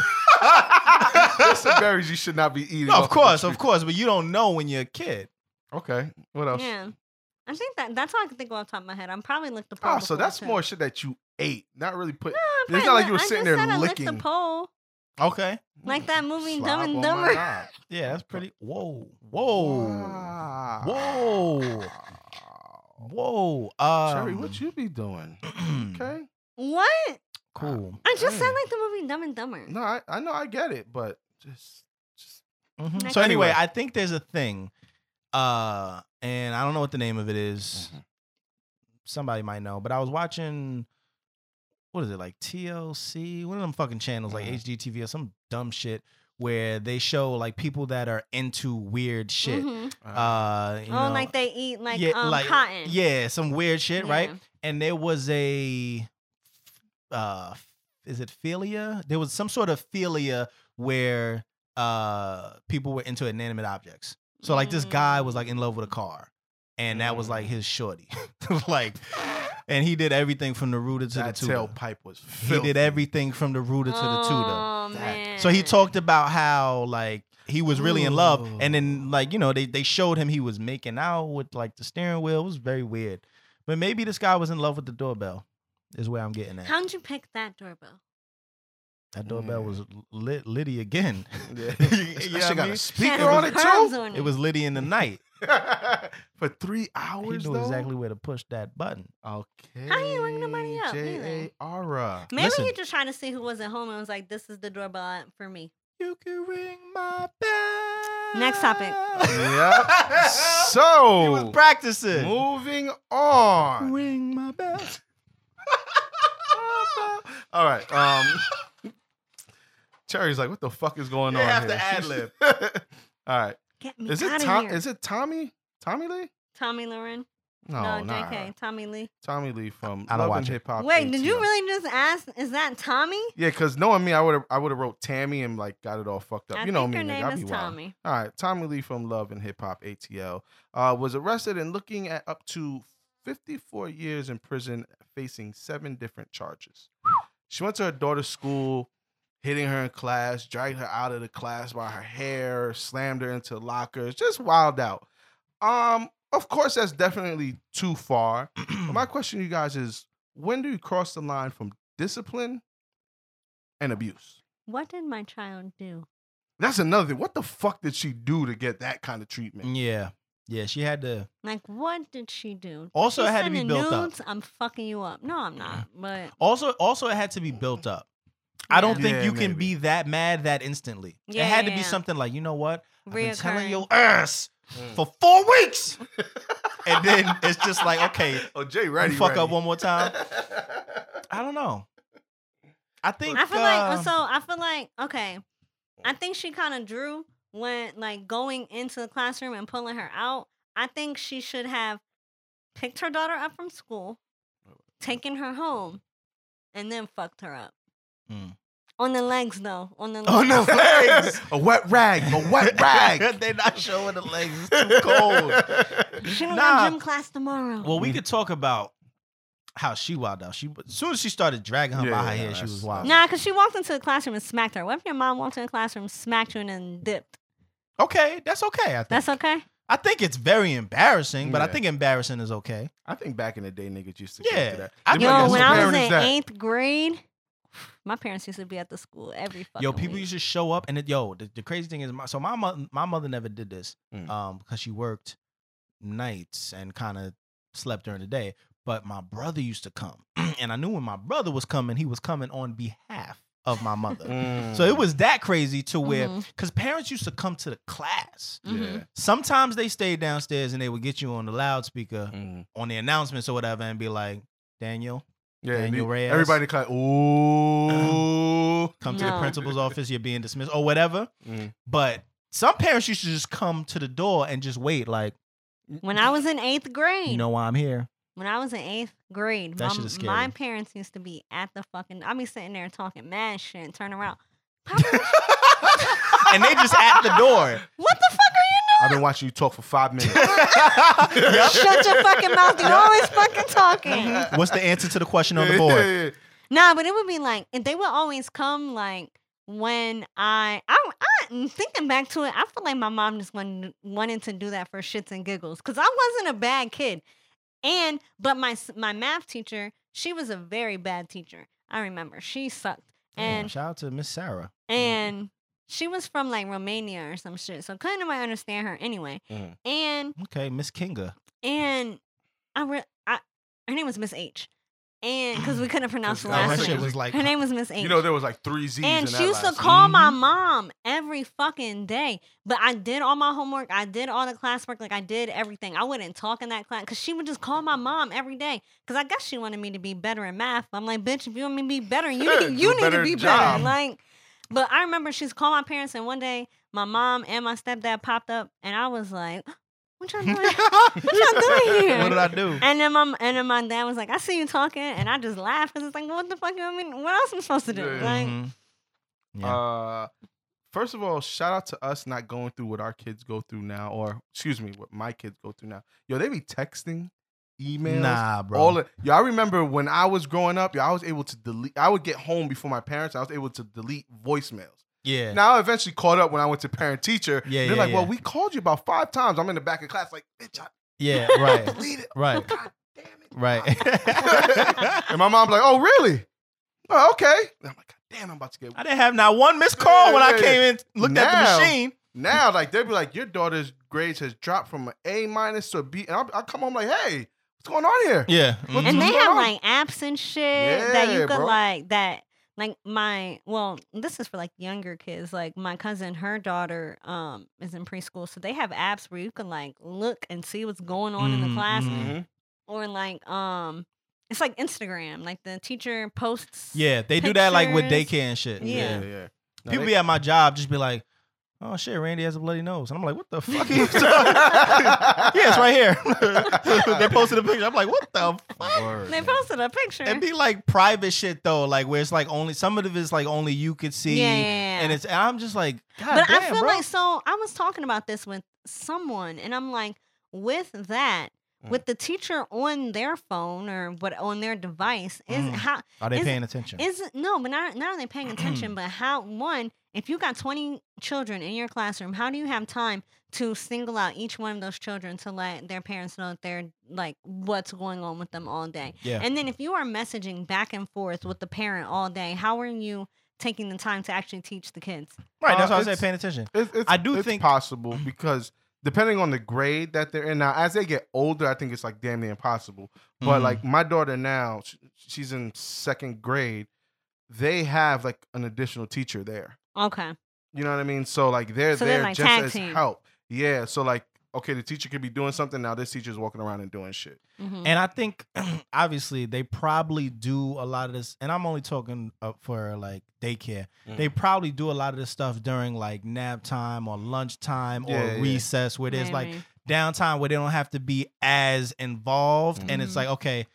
there's some berries you should not be eating.
No,
off
of course,
the
of course, but you don't know when you're a kid.
tree. Okay. What else?
Yeah, I think that that's all I can think of off the top of my head. I'm probably licked the pole.
Oh, so
before,
that's
too.
more shit that you ate, not really put.
No, I
not
probably
like you
lick-
were
I
sitting
just
there
said I licked
licking.
the pole,
Okay.
like that movie
Slob
Dumb and
on my
Dumber.
knob.
Yeah, that's pretty. Whoa. Whoa.
Wow.
Whoa. Whoa. Um, mm.
Cherry, what you be doing? Okay.
What?
Cool.
I just said
Dang.
like the movie Dumb and Dumber.
No, I, I know, I get it, but just, just
Mhm.
Next
So anyway,
Anyway.
I think there's a thing, uh, and I don't know what the name of it is. Somebody might know, but I was watching. What is it like TLC? One of them fucking channels like
Mhm.
HGTV or some dumb shit where they show like people that are into weird shit.
Mhm.
Uh, you
oh,
know,
like they eat like
yeah,
um
like-
cotton.
yeah, some weird shit, right?
Yeah.
And there was a, uh, is it philia? There was some sort of philia where uh people were into inanimate objects. So like this guy was like in love with a car, and that was like his shorty, like, and he did everything from the rooter to
that
the tutor.
tailpipe was
He
filthy.
did everything from the rooter to the tutor.
Oh, man.
So he talked about how like he was really in love, and then
Ooh.
like you know they they showed him he was making out with like the steering wheel. It was very weird, But maybe this guy was in love with the doorbell. Is where I'm getting at.
How'd you pick that doorbell?
that doorbell
Mm.
was lit, Liddy again.
Yeah.
You
That
know
shit
what I
got
mean?
a speaker
Had
on it
curves
too.
on
It Mm. was Liddy in the night.
For three
He
hours.
knew
though?
exactly where to push that button.
Okay.
How you ring nobody up, neither?
J A R A.
Maybe
Listen.
he just trying to see who was at home and was like, "This is the doorbell for me."
You can ring my bell.
Next topic.
Yep.
he was
So
practicing.
moving on.
Ring my bell.
All right. Um, Cherry's like, what the fuck is going
They
on
have
here?
to ad-lib.
All right.
Get me
Is
out
it
of
Tom?
here.
Is it Tommy? Tommy Lee?
Tommy Lauren?
Oh,
No,
no,
nah.
J.K. Tommy Lee.
Tommy Lee from
I don't
Love
watch
and
it.
Hip Hop.
Wait, did you
ATL.
really just ask? Is that Tommy?
Yeah, because knowing me, I would have I would have wrote Tammy and like got it all fucked up.
I
you know
think
me,
her
nigga.
name
I
is
be wild.
Tommy.
All right, Tommy Lee from Love and Hip Hop ATL uh, was arrested and looking at up to 54 years in prison, facing seven different charges. She went to her daughter's school, hitting her in class, dragged her out of the class by her hair, slammed her into lockers, just wild out. Um, of course, that's definitely too far. But my question to you guys is: When do you cross the line from discipline and abuse?
What did my child do?
That's another thing. What the fuck did she do to get that kind of treatment?
yeah. Yeah, she had to.
Like, what did she do?
Also,
She's
it had to be
sending
built up.
nudes? I'm fucking you up. No, I'm not. But
Also, also, it had to be built up. I don't
Yeah.
think
Yeah,
you can be
maybe.
that mad that instantly.
Yeah,
it had to
yeah.
be something like, you know what? I've been telling
Reoccurring.
your ass for four weeks, Mm. and then it's just like, okay, you
Oh, Jay, ready?
fuck
ready.
up one more time. I don't know. I think
I feel like
uh,
so. I feel like okay. I think she kind of drew when like going into the classroom and pulling her out. I think she should have picked her daughter up from school,
Mm.
taken her home, and then fucked her up
Mm.
on the legs though. On the legs.
Oh, no. Legs.
a wet rag, a wet rag.
They're not showing the legs. It's too cold.
She don't
Nah.
got gym class tomorrow.
Well,
Hmm.
we could talk about how she wild out. She as soon as she started dragging her
Yeah,
by her
yeah,
hair, she
that's-
was wild.
Nah, cause she walked into the classroom and smacked her. What if your mom walked into the classroom, smacked you, and then dipped?
Okay, that's okay. I think.
That's okay.
I think it's very embarrassing, but I
Yeah.
think embarrassing is okay.
I think back in the day, niggas used to
Yeah.
get to that.
I
Them
think
Yo,
niggas
that's
when
a
I was
parent is
in
that.
eighth grade, my parents used to be at the school every fucking
yo, people
week.
used to show up, and it, yo, the, the crazy thing is, my, so my mother, my mother never did this,
Mm.
um, because she worked nights and kind of slept during the day. But my brother used to come, and I knew when my brother was coming, he was coming on behalf of my mother.
Mm.
so it was that crazy to where,
Mhm.
because parents used to come to the class.
Yeah.
Mhm.
Sometimes they stayed downstairs and they would get you on the loudspeaker
Mm.
on the announcements or whatever, and be like, Daniel,
Yeah,
Daniel
the-
Reyes.
Everybody kind of, ooh.
come to the
No.
principal's office. You're being dismissed or whatever.
Mm.
But some parents used to just come to the door and just wait, like,
When I was in eighth grade,
you know why I'm here.
when I was in eighth grade,
That
my,
shit is scary.
my parents used to be at the fucking. I'd be sitting there talking mad shit, turn around. Papa,
And they just at the door.
what the fuck
I've been watching you talk for five minutes.
are you? Shut your fucking mouth! You're always fucking talking.
Mm-hmm. What's the answer to the question on the board?
Nah, but it would be like and they would always come like when I I, I mm, thinking back to it, I feel like my mom just wanted, wanted to do that for shits and giggles because I wasn't a bad kid, and but my s- my math teacher she was a very bad teacher. I remember she sucked
Damn,
and
Oh, shout out to Miss Sarah.
Mm-hmm.
and she was from like Romania or some shit, so couldn't nobody understand her anyway.
Mhm.
And
Okay, Miss Kinga.
and I, re- I her name was Miss H, and because we couldn't pronounce the
Oh, that
last
shit
name,
was
like-
her name was Miss H.
You know, there was like three Z's in
And she
that
used to
last
call my mom every fucking day. But I did all my homework. I did all the classwork. Like I did everything. I wouldn't talk in that class because she would just call my mom every day. Because I guess she wanted me to be better in math. I'm like, bitch, if you want me to be better, you need,
Do a
you need
better
to be
job."
better. Like, but I remember she's called my parents, and one day my mom and my stepdad popped up, and I was like, what y'all doing?
what
what y'all doing here?
did I do?
And then my and then my dad was like, "I see you talking," and I just laughed because it's like, "What the fuck? I mean, what else am I supposed to do?"
Yeah.
Like,
Mhm. Yeah.
Uh, first of all, shout out to us not going through what our kids go through now, or excuse me, what my kids go through now. Yo, they be texting, emails,
nah, bro.
all of. Yo, I remember when I was growing up. Yo, I was able to delete. I would get home before my parents. I was able to delete voicemails.
yeah.
Now I eventually caught up when I went to parent teacher.
Yeah,
they're
yeah,
like, "Well,
yeah.
we called you about five times. I'm in the back of class, like, bitch, I
Yeah, right.
deleted.
right.
God damn it."
Right.
And my mom like, oh, really? Oh, okay. And I'm like, God damn, I'm about to get
I didn't have not one missed call when I
Yeah.
came in, looked at
Now-
the machine.
now. Like they'd be like, your daughter's grades has dropped from an A minus to a B. And I come home like, hey, what's going on here?
Yeah.
What
And
Mhm.
they
What's
have
going on?
like apps and shit that you
Yeah,
could
bro.
like that like my well, this is for like younger kids. Like my cousin, her daughter um is in preschool, so they have apps where you can like look and see what's going on in the
Mm,
class
Mm-hmm.
mm.
or like um it's like Instagram, like the teacher posts
Yeah, they do that like with
Pictures.
daycare and shit.
Yeah.
yeah. No,
People
they-
be at my job just be like, oh shit, Randy has a bloody nose. And I'm like, what the fuck?
yeah,
yeah, it's right here. they posted a picture. I'm like, what the fuck?
Word,
They
man.
posted a picture.
And be like private shit though, like where it's like only some of it is like only you could see.
Yeah, yeah, yeah.
And it's and I'm just like, God
but
Ah, damn,
I feel
bro.
like so I was talking about this with someone, and I'm like, with that,
Mm.
with the teacher on their phone or what on their device, is
Mm.
how
Are they
is-
paying attention?
is it no, but not not are they paying attention, but how one, if you got 20 children in your classroom, how do you have time to single out each one of those children to let their parents know that they're like what's going on with them all day?
yeah.
And then if you are messaging back and forth with the parent all day, how are you taking the time to actually teach the kids?
right, that's
Uh,
why I say
it's-
paying attention.
It's, it's,
I do
it's
think-
possible because depending on the grade that they're in now, as they get older, I think it's like damn near impossible. But
Mhm.
like my daughter now, sh- she's in second grade. They have like an additional teacher there.
Okay.
You know what I mean? So like they're
So they're
there
like
just
tag
as
team.
help. Yeah. So like okay, the teacher could be doing something now. This teacher's walking around and doing shit.
Mhm.
And I
Mm-hmm.
think obviously they probably do a lot of this, and I'm only talking uh, for like daycare.
Mm.
They probably do a lot of this stuff during like nap time or lunchtime
Yeah,
or
yeah.
recess, where there's like
Maybe.
downtime where they don't have to be as involved, and it's
Mm-hmm.
Mhm.
like okay.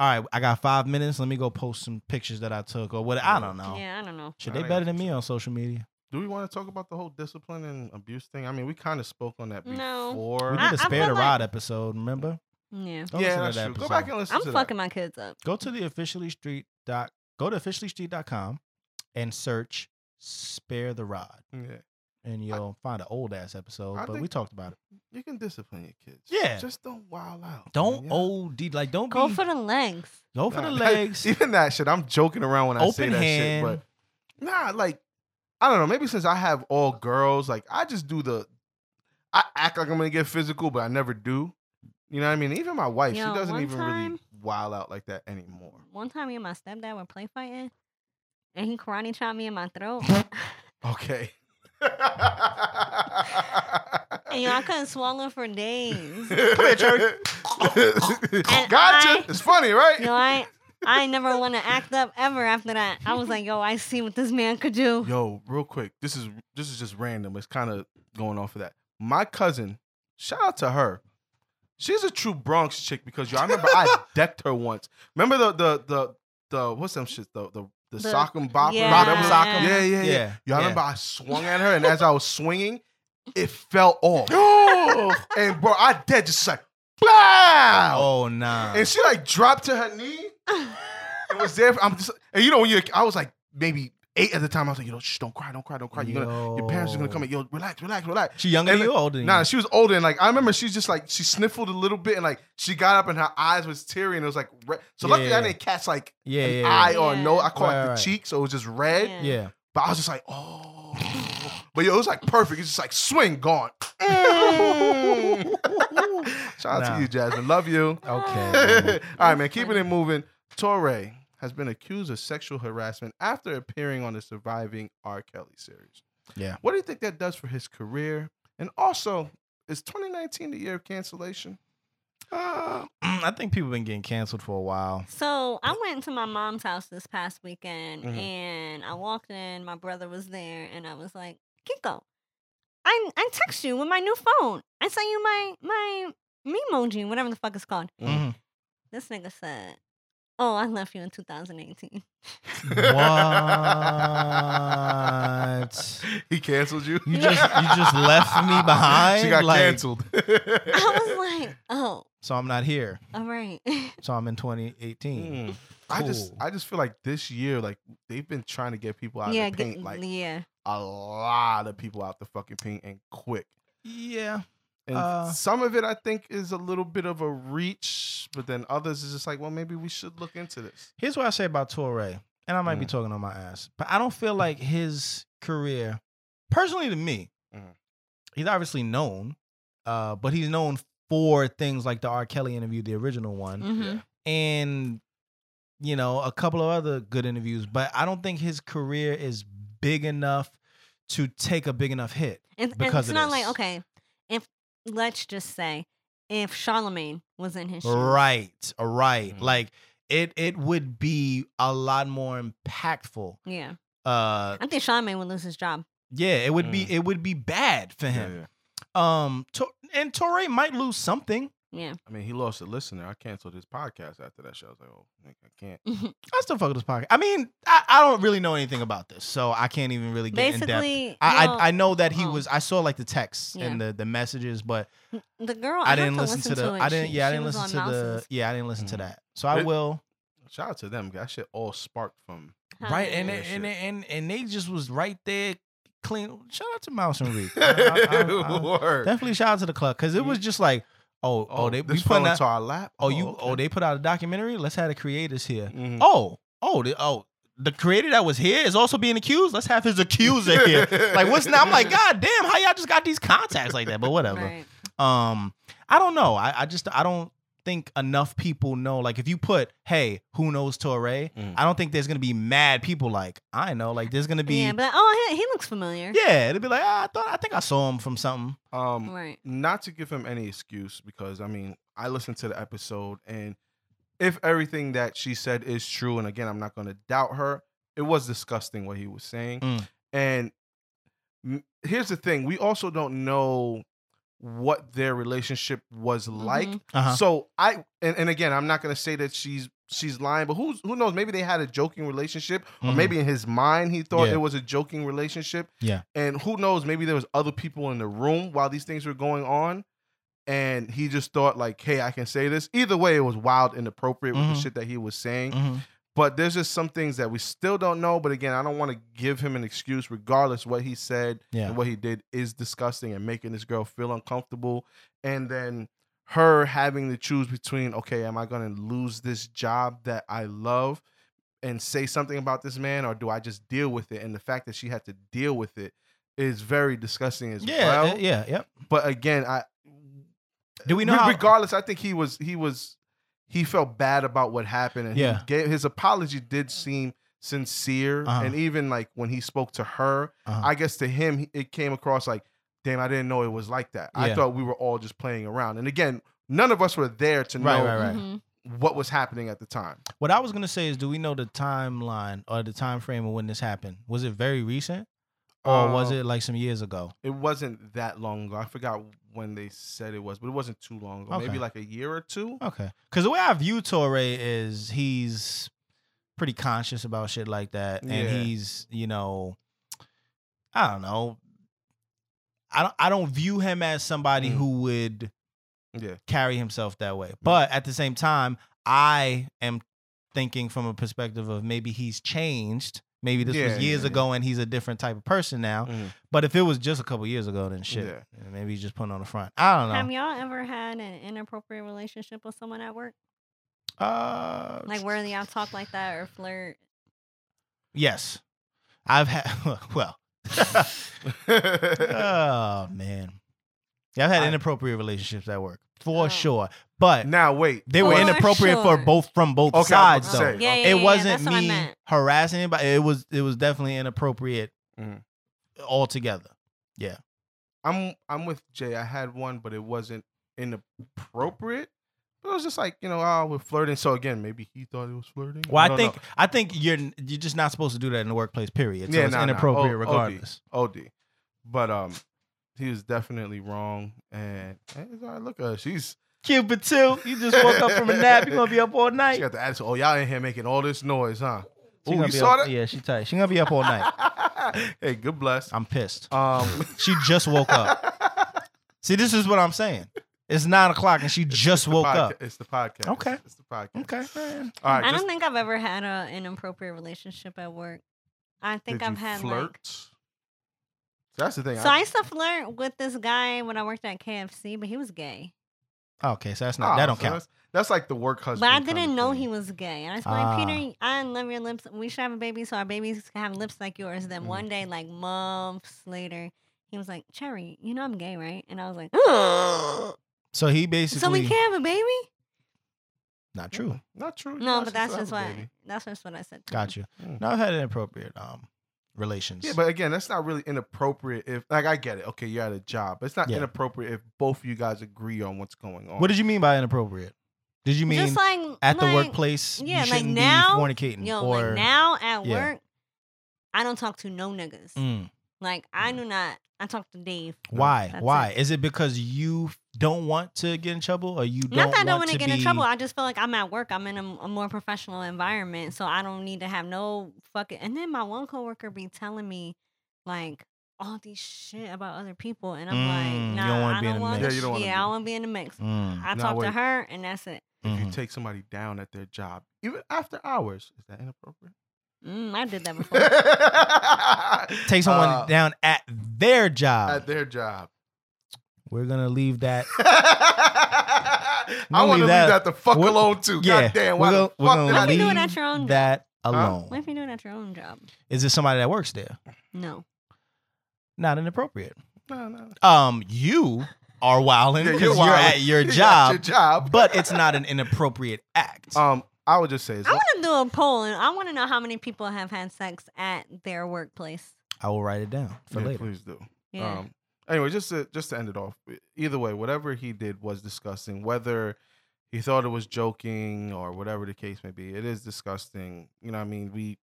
All right, I got five minutes. Let me go post some pictures that I took or what. I don't know.
Yeah, I don't know.
Shit, they better than me on social media.
Do we want to talk about the whole discipline and abuse thing? I mean, we kind of spoke on that
No.
We
before.
did a
I
spare
feel
the
like-
rod episode. Remember?
Yeah.
Go listen to
yeah, that's
that
true. Go
episode.
back and listen
I'm
to
fucking my kids up.
go to the officially street dot go to officiallystreet.com and search spare the rod
that. Yeah.
and you'll find an old ass episode
I
but
think-
we talked about it
You can discipline your kids.
Yeah.
Just don't wild out.
don't
man.
od like don't
Go
be,
for the legs.
go for
Nah,
the
that-
legs
even that shit, I'm joking around when I say
Open
that
hand.
shit, but nah, like I don't know. Maybe since I have all girls, like I just do the, I act like I'm gonna get physical, but I never do. You know what I mean? Even my wife,
Yo,
she doesn't
one
even
time-
really wild out like that anymore.
One time me and my stepdad were play fighting and he karate chopped me in my throat.
Okay.
and yo, I couldn't swallow for days.
Come here, Cherry.
And
gotcha.
I-
it's funny, right?
Yo, I I never want to act up ever after that. I was like, yo, I see what this man could do.
Yo, real quick, this is this is just random. It's kind of going off of that. My cousin, shout out to her. She's a true Bronx chick because yo, I remember I decked her once. Remember the the the the what's some shit the the the,
The-
sock and bop
yeah.
Rock 'em, sock 'em.
Yeah, yeah, yeah.
yeah
Yo,
yeah,
I remember I swung at her and as I was swinging, it fell off. and bro, I dead just like wow.
oh nah
And she like dropped to her knee and was there. For, I'm just, and you know, when you, I was like maybe eight at the time. I was like, you know, shh, don't cry, don't cry, don't cry. You're gonna, your parents are gonna come.
Yo.
And, yo, relax, relax, relax.
she younger than
and-
you or older than
Nah,
you?
she was older, and like I remember, she just like she sniffled a little bit, and like she got up, and her eyes was teary, and it was like red. So luckily, I
Yeah.
didn't catch like
yeah
an
yeah
eye
yeah.
or a nose. I caught
Right,
the
right.
cheek, so it was just red.
Yeah.
yeah
But I was just like, oh. But yo, it was like perfect. It's just like swing gone. Shout out
Nah.
to you, Jasmine. Love you.
okay
All right, man. Keeping it moving. Torre has been accused of sexual harassment after appearing on the surviving R. Kelly series.
Yeah.
What do you think that does for his career? And also, is 2019 the year of cancellation? Uh,
Mm, i think people been getting canceled for a while
So I went to my mom's house this past weekend
Mm-hmm.
Mhm.
and I walked in, my brother was there, and I was like, Kiko, I I text you with my new phone. I sent you my my memoji, whatever the fuck it's called.
Mm.
Mhm.
This nigga said, Oh, I left you in 2018.
Mm. what
he canceled you.
You just- you just left me behind?
She got
Like-
canceled.
I was like, Oh,
so i'm not here
all right.
so i'm in 2018
Mm. I just,
Cool.
I just feel like this year, like they've been trying to get people out
yeah,
of the paint,
get,
like
yeah.
a lot of people out the fucking paint and quick.
yeah
And
Uh,
some of it I think is a little bit of a reach, but then others is just like, well, maybe we should look into this.
Here's what I say about Torre, and I might be
Mm.
talking on my ass, but I don't feel like his career, personally to me,
Mhm.
he's obviously known, uh, but he's known for things like the R. Kelly interview, the original one,
Mm.
Mhm.
and you know a couple of other good interviews. But I don't think his career is big enough to take a big enough hit.
It's, and
Because
it's
of
not
this.
like okay, if let's just say if Charlemagne was in his shoes,
Right, right.
Mhm.
Like it, it would be a lot more impactful.
Yeah,
Uh,
I think Charlemagne would lose his job.
yeah, it would
Mm.
be, it would be bad for him. Um, Tor- and Torre might lose something.
Yeah,
I mean, he lost a listener. I canceled his podcast after that show. I was like, oh, nigga, I can't.
I still fuck with this podcast. I mean, I, I don't really know anything about this, so I can't even really get in depth.
basically,
I,
yo,
I I know that he
oh.
was. I saw like the texts and the the messages, but
the girl.
I, didn't listen to,
to,
the.
it.
I didn't.
She-
Yeah, I
she
didn't
was
listen to
on
the.
Mouse's
Yeah, I didn't listen to
Mhm.
that. So I
It-
will.
Shout out to them. That shit all sparked from.
Right, and
Yeah,
it-
shit.
and it- and and they just was right there, clean. Shout out to Mouse and Reek. I- I- I- I-
Word.
definitely shout out to the club because it was just like, oh, oh, they we
this
put
fell
out.
into our lap.
Oh, you. Oh, they put out a documentary. Let's have the creators here.
Mhm.
oh, oh, the, oh, the creator that was here is also being accused. Let's have his accuser here. like, what's now? I'm like, God damn, how y'all just got these contacts like that? But whatever.
Right.
Um, I don't know. I, I just I don't think enough people know. Like, if you put, hey, who knows Torre?
Mm.
I don't think there's gonna be mad people. Like, I know. Like, there's gonna be.
yeah,
Yeah,
but oh, he, he looks familiar.
it'll be like ah, I thought. I think I saw him from something.
Um,
Right.
not to give him any excuse because I mean I listened to the episode and if everything that she said is true and again I'm not going to doubt her it was disgusting what he was saying
Mm.
and m- here's the thing we also don't know what their relationship was like
Mhm.
Uh huh.
so I and, and again I'm not going to say that she's she's lying but who's who knows maybe they had a joking relationship or
Mhm.
maybe in his mind he thought
Yeah.
it was a joking relationship.
Yeah.
And who knows, maybe there was other people in the room while these things were going on. And he just thought like, hey, I can say this. Either way, it was wild inappropriate with the
Mhm.
shit that he was saying.
Mhm.
But there's just some things that we still don't know. But again, I don't want to give him an excuse, regardless what he said
Yeah.
and what he did is disgusting and making this girl feel uncomfortable. And then her having to choose between, okay, am I going to lose this job that I love and say something about this man, or do I just deal with it? And the fact that she had to deal with it is very disgusting as
Yeah. uh,
well.
Yeah. Yep.
But again, I
Do we know?
Re-
how-
regardless, I think he was he was he felt bad about what happened, and he
Yeah.
gave, his apology did seem sincere.
Uh-huh.
And even like when he spoke to her,
Uh-huh.
I guess to him he- it came across like, "Damn, I didn't know it was like that. I
Yeah.
thought we were all just playing around." And again, none of us were there to
Right,
know
right, right.
Mhm.
what was happening at the time.
What I was gonna say is, do we know the timeline or the time frame of when this happened? Was it very recent, or Oh, was
Uh,
it like some years ago?
It wasn't that long ago. I forgot when they said it was, but it wasn't too long ago. Maybe
Okay. Uh,
like a year or two.
Okay, because the way I view Torre is he's pretty conscious about shit like that, and
Yeah.
he's you know, I don't know. I don't. I don't view him as somebody
Mm.
who would
Yeah.
carry himself that way. But at the same time, I am thinking from a perspective of maybe he's changed. Maybe this
Yeah,
was years
yeah,
ago and he's a different type of person now.
Mhm.
But if it was just a couple years ago, then shit.
Yeah.
Maybe he's just putting on the front. I don't know.
Have y'all ever had an inappropriate relationship with someone at work?
uh,
Like where y'all talk like that or flirt?
yes. I've had, well,
Mm.
oh man. Yeah, I've had
I-
inappropriate relationships at work for
Oh.
sure. But
now wait,
they were
For
inappropriate for
sure.
both from both
Okay, I was
sides
about
though.
to say,
Um, Yeah, yeah, yeah,
it
yeah,
wasn't
that's what I
me
meant.
harassing anybody. It was it was definitely inappropriate
Mhm.
altogether.
I'm I'm with Jay. I had one, but it wasn't inappropriate. But it was just like you know, oh, we're flirting. So again, maybe he thought it was flirting.
Well, I,
don't
think I think you're you're just not supposed to do that in the workplace. Period. So
Yeah,
it's
nah, nah.
inappropriate
O- OD.
regardless.
know. OD, but um, he was definitely wrong. And hey, it's all right, look at her. She's
Cupid too. You just woke up from a nap. You're gonna be up all night.
she got the attitude. Oh, y'all in here making all this noise, huh?
She
Ooh,
gonna
you
be
saw
up-
that?
Yeah, she tight. She gonna be up all night.
hey, good bless.
I'm pissed.
Um,
She just woke up. See, this is what I'm saying. It's nine o'clock and she just woke
podca-
up.
It's the podcast.
Okay.
It's the podcast.
Okay, man.
All right.
I
just-
don't think I've ever had a, an inappropriate relationship at work. I think
did you
I've had
flirt.
like
That's the thing.
So I used to flirt with this guy when I worked at KFC, but he was gay.
Okay, so that's not that
Oh,
don't
so
count.
That's, that's like the work husband.
But I
kind of
didn't know
thing.
he was gay. And I was like,
Ah.
Peter, I love your lips. We should have a baby so our babies can have lips like yours. Then
Mm.
one day, like months later, he was like, Cherry, you know I'm gay, right? And I was like,
So he basically
so we can't have a baby?
Mm-hmm. not true.
Not true. You
No,
guys
but
can
that's
still
just
have a
what
baby.
that's just what I said. to him.
Got you.
Mm.
Now I've had inappropriate um relations.
Yeah, but again, that's not really inappropriate if like I get it. Okay, you're at a job, but it's not
Yeah.
inappropriate if both of you guys agree on what's going on.
what did you mean by inappropriate? Did you mean
Just like
at the
like,
workplace?
yeah,
you
like
shouldn't
now-
be fornicating
Yo,
or
like now at
yeah.
work, I don't talk to no niggas.
Mm.
Like I do not. I talk to Dave.
why?
That's
Why
it.
is it because you don't want to get in trouble or you don't
Not that I don't
want
want to get
be...
in trouble. I just feel like I'm at work. I'm in a, a more professional environment, so I don't need to have no fucking. And then my one coworker be telling me like all these shit about other people, and I'm
Mm,
like,
you
nah,
don't wanna
I
be in
don't
the
want.
mix.
Yeah, you don't wanna
yeah, I
be-
want to be in the mix.
Mm,
Nah,
I talk to
wait.
her, and that's it.
If you
mhm.
take somebody down at their job, even after hours, is that inappropriate?
Mm, I did that before.
Take someone
Uh,
down at their job.
at their job.
We're gonna leave that.
I want to leave
that-
that the fuck
we're-
alone too.
yeah,
God
we're
damn, why
gonna-
the
we're
fuck
gonna
did I
What if
do
you do it
leave-
at your own job?
That alone.
What if you do it at your own job?
Is it somebody that works there?
No.
Not inappropriate.
No, no.
Um, you are wilding
Yeah,
because
you're
you're,
wildin'.
at your
You're at
job,
your job.
but it's not an inappropriate act.
Um, I would just say, it's
I want to do a poll, and I want to know how many people have had sex at their workplace.
I will write it down for
yeah,
later.
please do.
Yeah.
Um, anyway, just to just to end it off. e, Either way, whatever he did was disgusting. Whether he thought it was joking or whatever the case may be, it is disgusting. You know, what I mean, we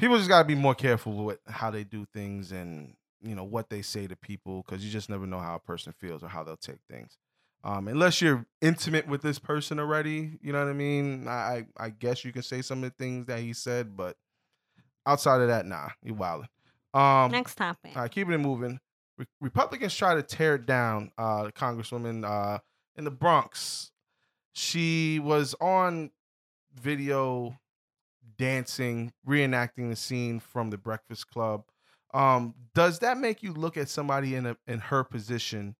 people just gotta be more careful with how they do things and you know what they say to people because you just never know how a person feels or how they'll take things. Um, unless you're intimate with this person already, you know what I mean. I I I guess you can say some of the things that he said, but outside of that, nah, you wildin'. Um,
Next topic.
all right, keeping it moving. Re- Republicans try to tear down uh, Congresswoman uh, in the Bronx. She was on video dancing, reenacting the scene from The Breakfast Club. Um, does that make you look at somebody in a, in her position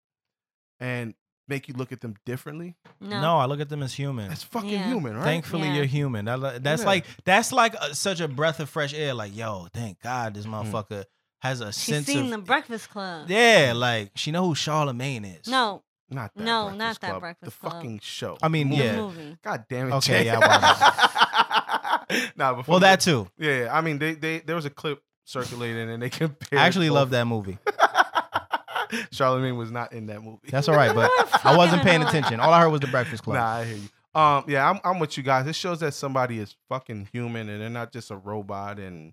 and make you look at them differently?
No.
No, I look at them as human.
That's fucking
Yeah.
human, right?
Thankfully,
Yeah.
you're human. I lo- that's
Yeah.
like that's like a, such a breath of fresh air. Like, yo, thank God this motherfucker has a
She's
sense
seen
of
the Breakfast Club.
yeah. Like she know who Charlemagne is.
No,
not that.
No,
Breakfast
not that
Club,
Breakfast
The
Club.
fucking show.
I mean,
The
the
yeah.
movie.
God damn it.
Okay,
Jay.
yeah,
nah, before
Well, that too.
Yeah, yeah, I mean, they they there was a clip circulating, and they compared.
I actually love that movie.
that. Charlemagne was not in that movie.
That's all right, but I wasn't paying attention. All I heard was the Breakfast Club.
Nah, I hear you. Um, yeah, I'm I'm with you guys. It shows that somebody is fucking human, and they're not just a robot, and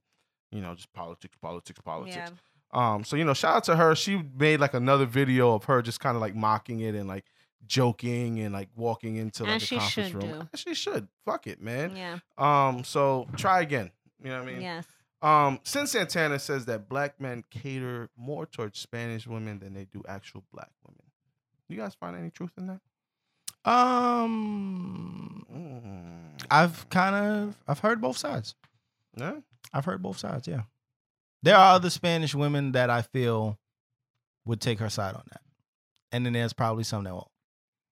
you know, just politics, politics, politics.
Yeah.
Um, so you know, shout out to her. She made like another video of her just kind of like mocking it and like joking and like walking into like
As
a
she
conference
should
room.
do.
As She should. Fuck it, man.
Yeah.
Um, so try again. You know what I mean?
Yes.
Um, Sin Santana says that black men cater more towards Spanish women than they do actual black women. You guys find any truth in that?
Um,
Mm.
I've kind of I've heard both sides.
no.
I've heard both sides. Yeah, there are other Spanish women that I feel would take her side on that, and then there's probably some that won't.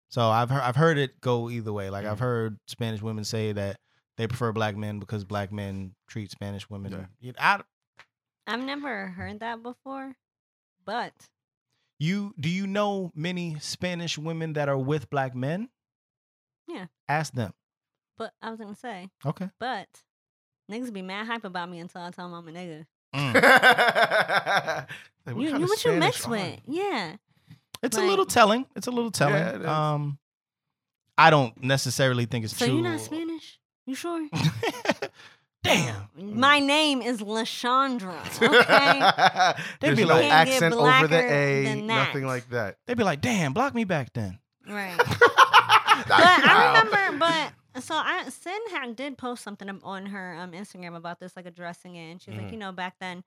So I've heard, I've heard it go either way. Like I've
Mhm.
heard Spanish women say that they prefer black men because black men treat Spanish women.
Yeah.
You, I,
I've never heard that before, but
you do you know many Spanish women that are with black men?
Yeah.
Ask them.
but I was gonna say,
Okay.
but niggas be mad hype about me until I tell them I'm a nigga.
Mm.
Like, what
you
kind
you
of
what you
Spanish
mess
are
with? Yeah.
It's a
Like-
little telling. It's a little telling.
Yeah, it is.
Um, I don't necessarily think it's
So
true.
you're not Spanish? You sure?
Damn.
My name is Lashandra. Okay.
They
There's
be
no
like-
Can't get
accent over the
blacker
A,
than that.
nothing like that.
They'd be like, "Damn, block me back then."
right.
but
but I remember, but so I Sin had, did post something ab- on her um, Instagram about this, like addressing it, and she's
Mhm.
like, you know, back then.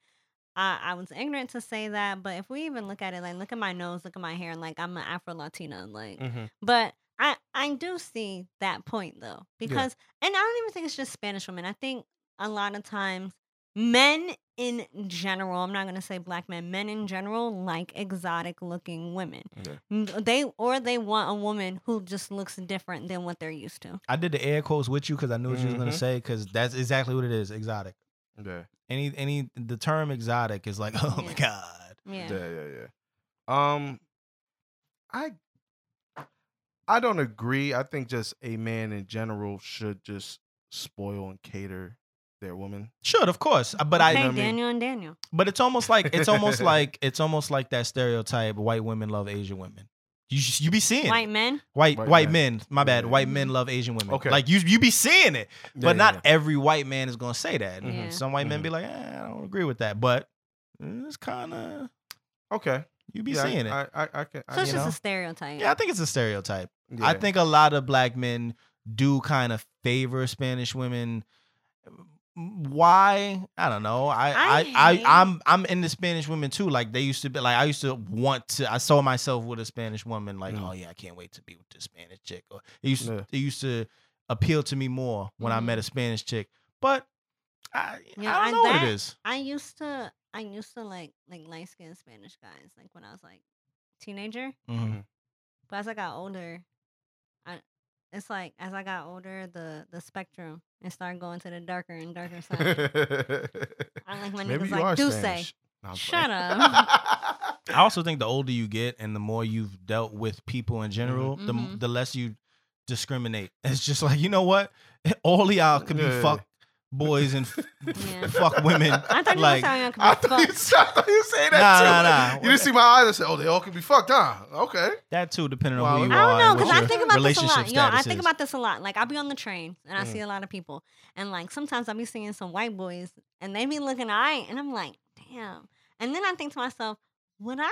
I, I was ignorant to say that, but if we even look at it, like look at my nose, look at my hair, and like I'm an Afro Latina, like.
Mm-hmm.
But I I do see that point though, because and I don't even think it's just Spanish women. I think a lot of times men in general, I'm not gonna say black men, men in general like exotic looking women.
Yeah.
Mm, They or they want a woman who just looks different than what they're used to.
I did the air quotes with you because I knew what you was gonna
Mm-hmm.
Mhm.
say because that's exactly what it is. Exotic.
Yeah.
Any any the term exotic is like oh my
Yeah.
god.
Yeah.
Yeah, yeah, yeah. Um, I I don't agree. I think just a man in general should just spoil and cater their woman.
Sure, of course, Uh, but
okay,
I
know what I mean?
Daniel and Daniel.
but it's almost like it's almost like it's almost like that stereotype. White women love Asian women. You sh- you be seeing it.
White men.
white
White
white,
men.
men. My bad.
Yeah.
White men love Asian women.
Okay.
like you you be seeing it, but not every white man is gonna say that.
Mhm.
Yeah.
Some white men
Mhm.
be like, eh, I don't agree with that, but eh, it's kind of
okay.
you be
Yeah,
seeing it.
I, I, I, I can.
So
I,
it's
you
just
know.
a stereotype.
yeah, I think it's a stereotype.
yeah.
I think a lot of black men do kind of favor Spanish women. Why? I don't know. I
I
I, I,
hate-
I'm I'm into Spanish women too. Like they used to be like I used to want to I saw myself with a Spanish woman like,
Mhm.
oh yeah, I can't wait to be with this Spanish chick. Or it used
Yeah.
it used to appeal to me more when I
Mhm.
met a Spanish chick. But I
Yeah,
I don't
I-
know what
that-
it is.
I used to I used to like like light skinned Spanish guys like when I was like teenager.
Mm-hmm.
Mhm.
But as I got older, I it's like as I got older the the spectrum and started going to the darker and darker side. I like my
Maybe
niggas
you
like
are
do say.
Spanish. Nah, I'm
Shut
playing.
I also think the older you get and the more you've dealt with people in general, the
Mhm.
the less you discriminate. It's just like you know what, all of y'all could be
Yeah.
fuck boys and f-
Yeah.
fuck women.
I thought you
like
were sounding like
I
a
thought, you,
fuck.
I thought you were saying that
Nah,
too.
nah, nah.
You didn't see my eyes. I said, "Oh, they all can be fucked, huh?" Okay.
that too, depending
Well,
on who you
I don't
are.
know
and
because
what
I
your
think about this a
relationship
lot. Yo, I
status
think
is.
about this a lot. Like I'll be on the train and I
Mm.
see a lot of people, and like sometimes I'll be seeing some white boys and they be looking alright, and I'm like, damn. And then I think to myself, would I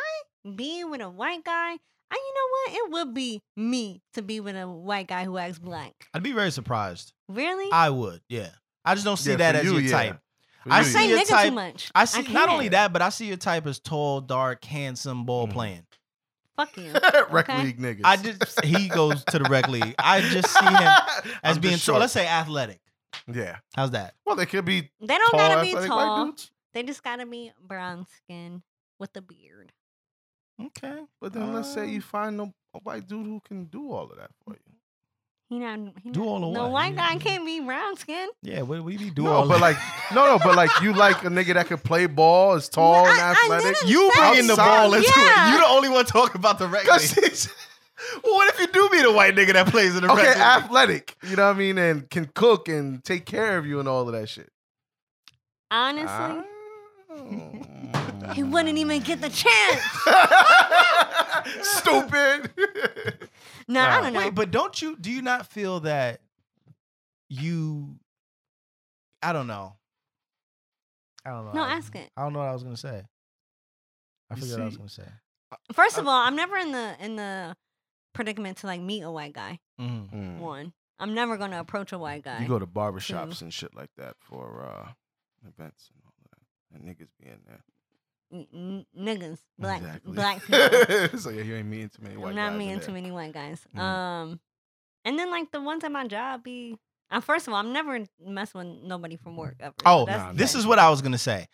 be with a white guy? And you know what? It would be me to be with a white guy who acts black.
I'd be very surprised.
Really? I,
I would, yeah. I just don't see
Yeah,
that
for
as
you,
your
yeah.
type.
For
I
you,
see
say
yeah.
your
nigga
type-
too much.
I see not
can't.
only that, but I see your type as tall, dark, handsome, ball
Mhm.
playing.
Fuck you.
Rec
Okay.
league niggas.
I just he goes to the rec league. I just see him as
I'm
being
just
tall.
short.
Let's say athletic.
Yeah.
How's that?
Well, they could be
They don't
tall,
gotta be
athletic white
tall.
dudes.
They just gotta be brown skin with a beard.
Okay.
But then let's say you
Um,
find a, a white dude who can do all of that for you.
He not. He
Do
not-
all the
No
what?
white
You-
guy
you-
can't be brown skin.
Yeah, what we be doing?
no, but like, no, no, but like, you like a nigga that can play ball, is tall
Well,
and
I- I
athletic.
didn't
you
say-
bringing the ball into
Yeah.
it. You the only one talking about the rec
Cause
league.
he's
Well, what if you do be the white nigga that plays in the
okay,
rec league?
athletic. You know what I mean, and can cook and take care of you and all of that shit.
Honestly,
Ah.
he wouldn't even get the chance.
Stupid.
No, I
Uh,
don't know.
Wait, but don't you do you not feel that you I don't know. I don't know.
No,
I-
ask it.
I don't know what I was gonna say. I
You
forgot what I was
see-
gonna say.
First of
I-
all, I'm never in the in the predicament to like meet a white guy.
Mhm.
One, I'm never gonna approach a white guy.
You go to barber shops and shit like that for uh, events and all that. And niggas be in there.
N- n- niggas, black
Exactly.
black people.
so yeah, you ain't meeting too many white
I'm not
guys.
meeting
in
too
there.
many white guys.
Mm-hmm.
Mhm.
Um, and then like the ones at my job be. Uh, first of all, I'm never messing with nobody from work ever. so
Oh,
that's
nah,
the
this
thing.
is what I was gonna say.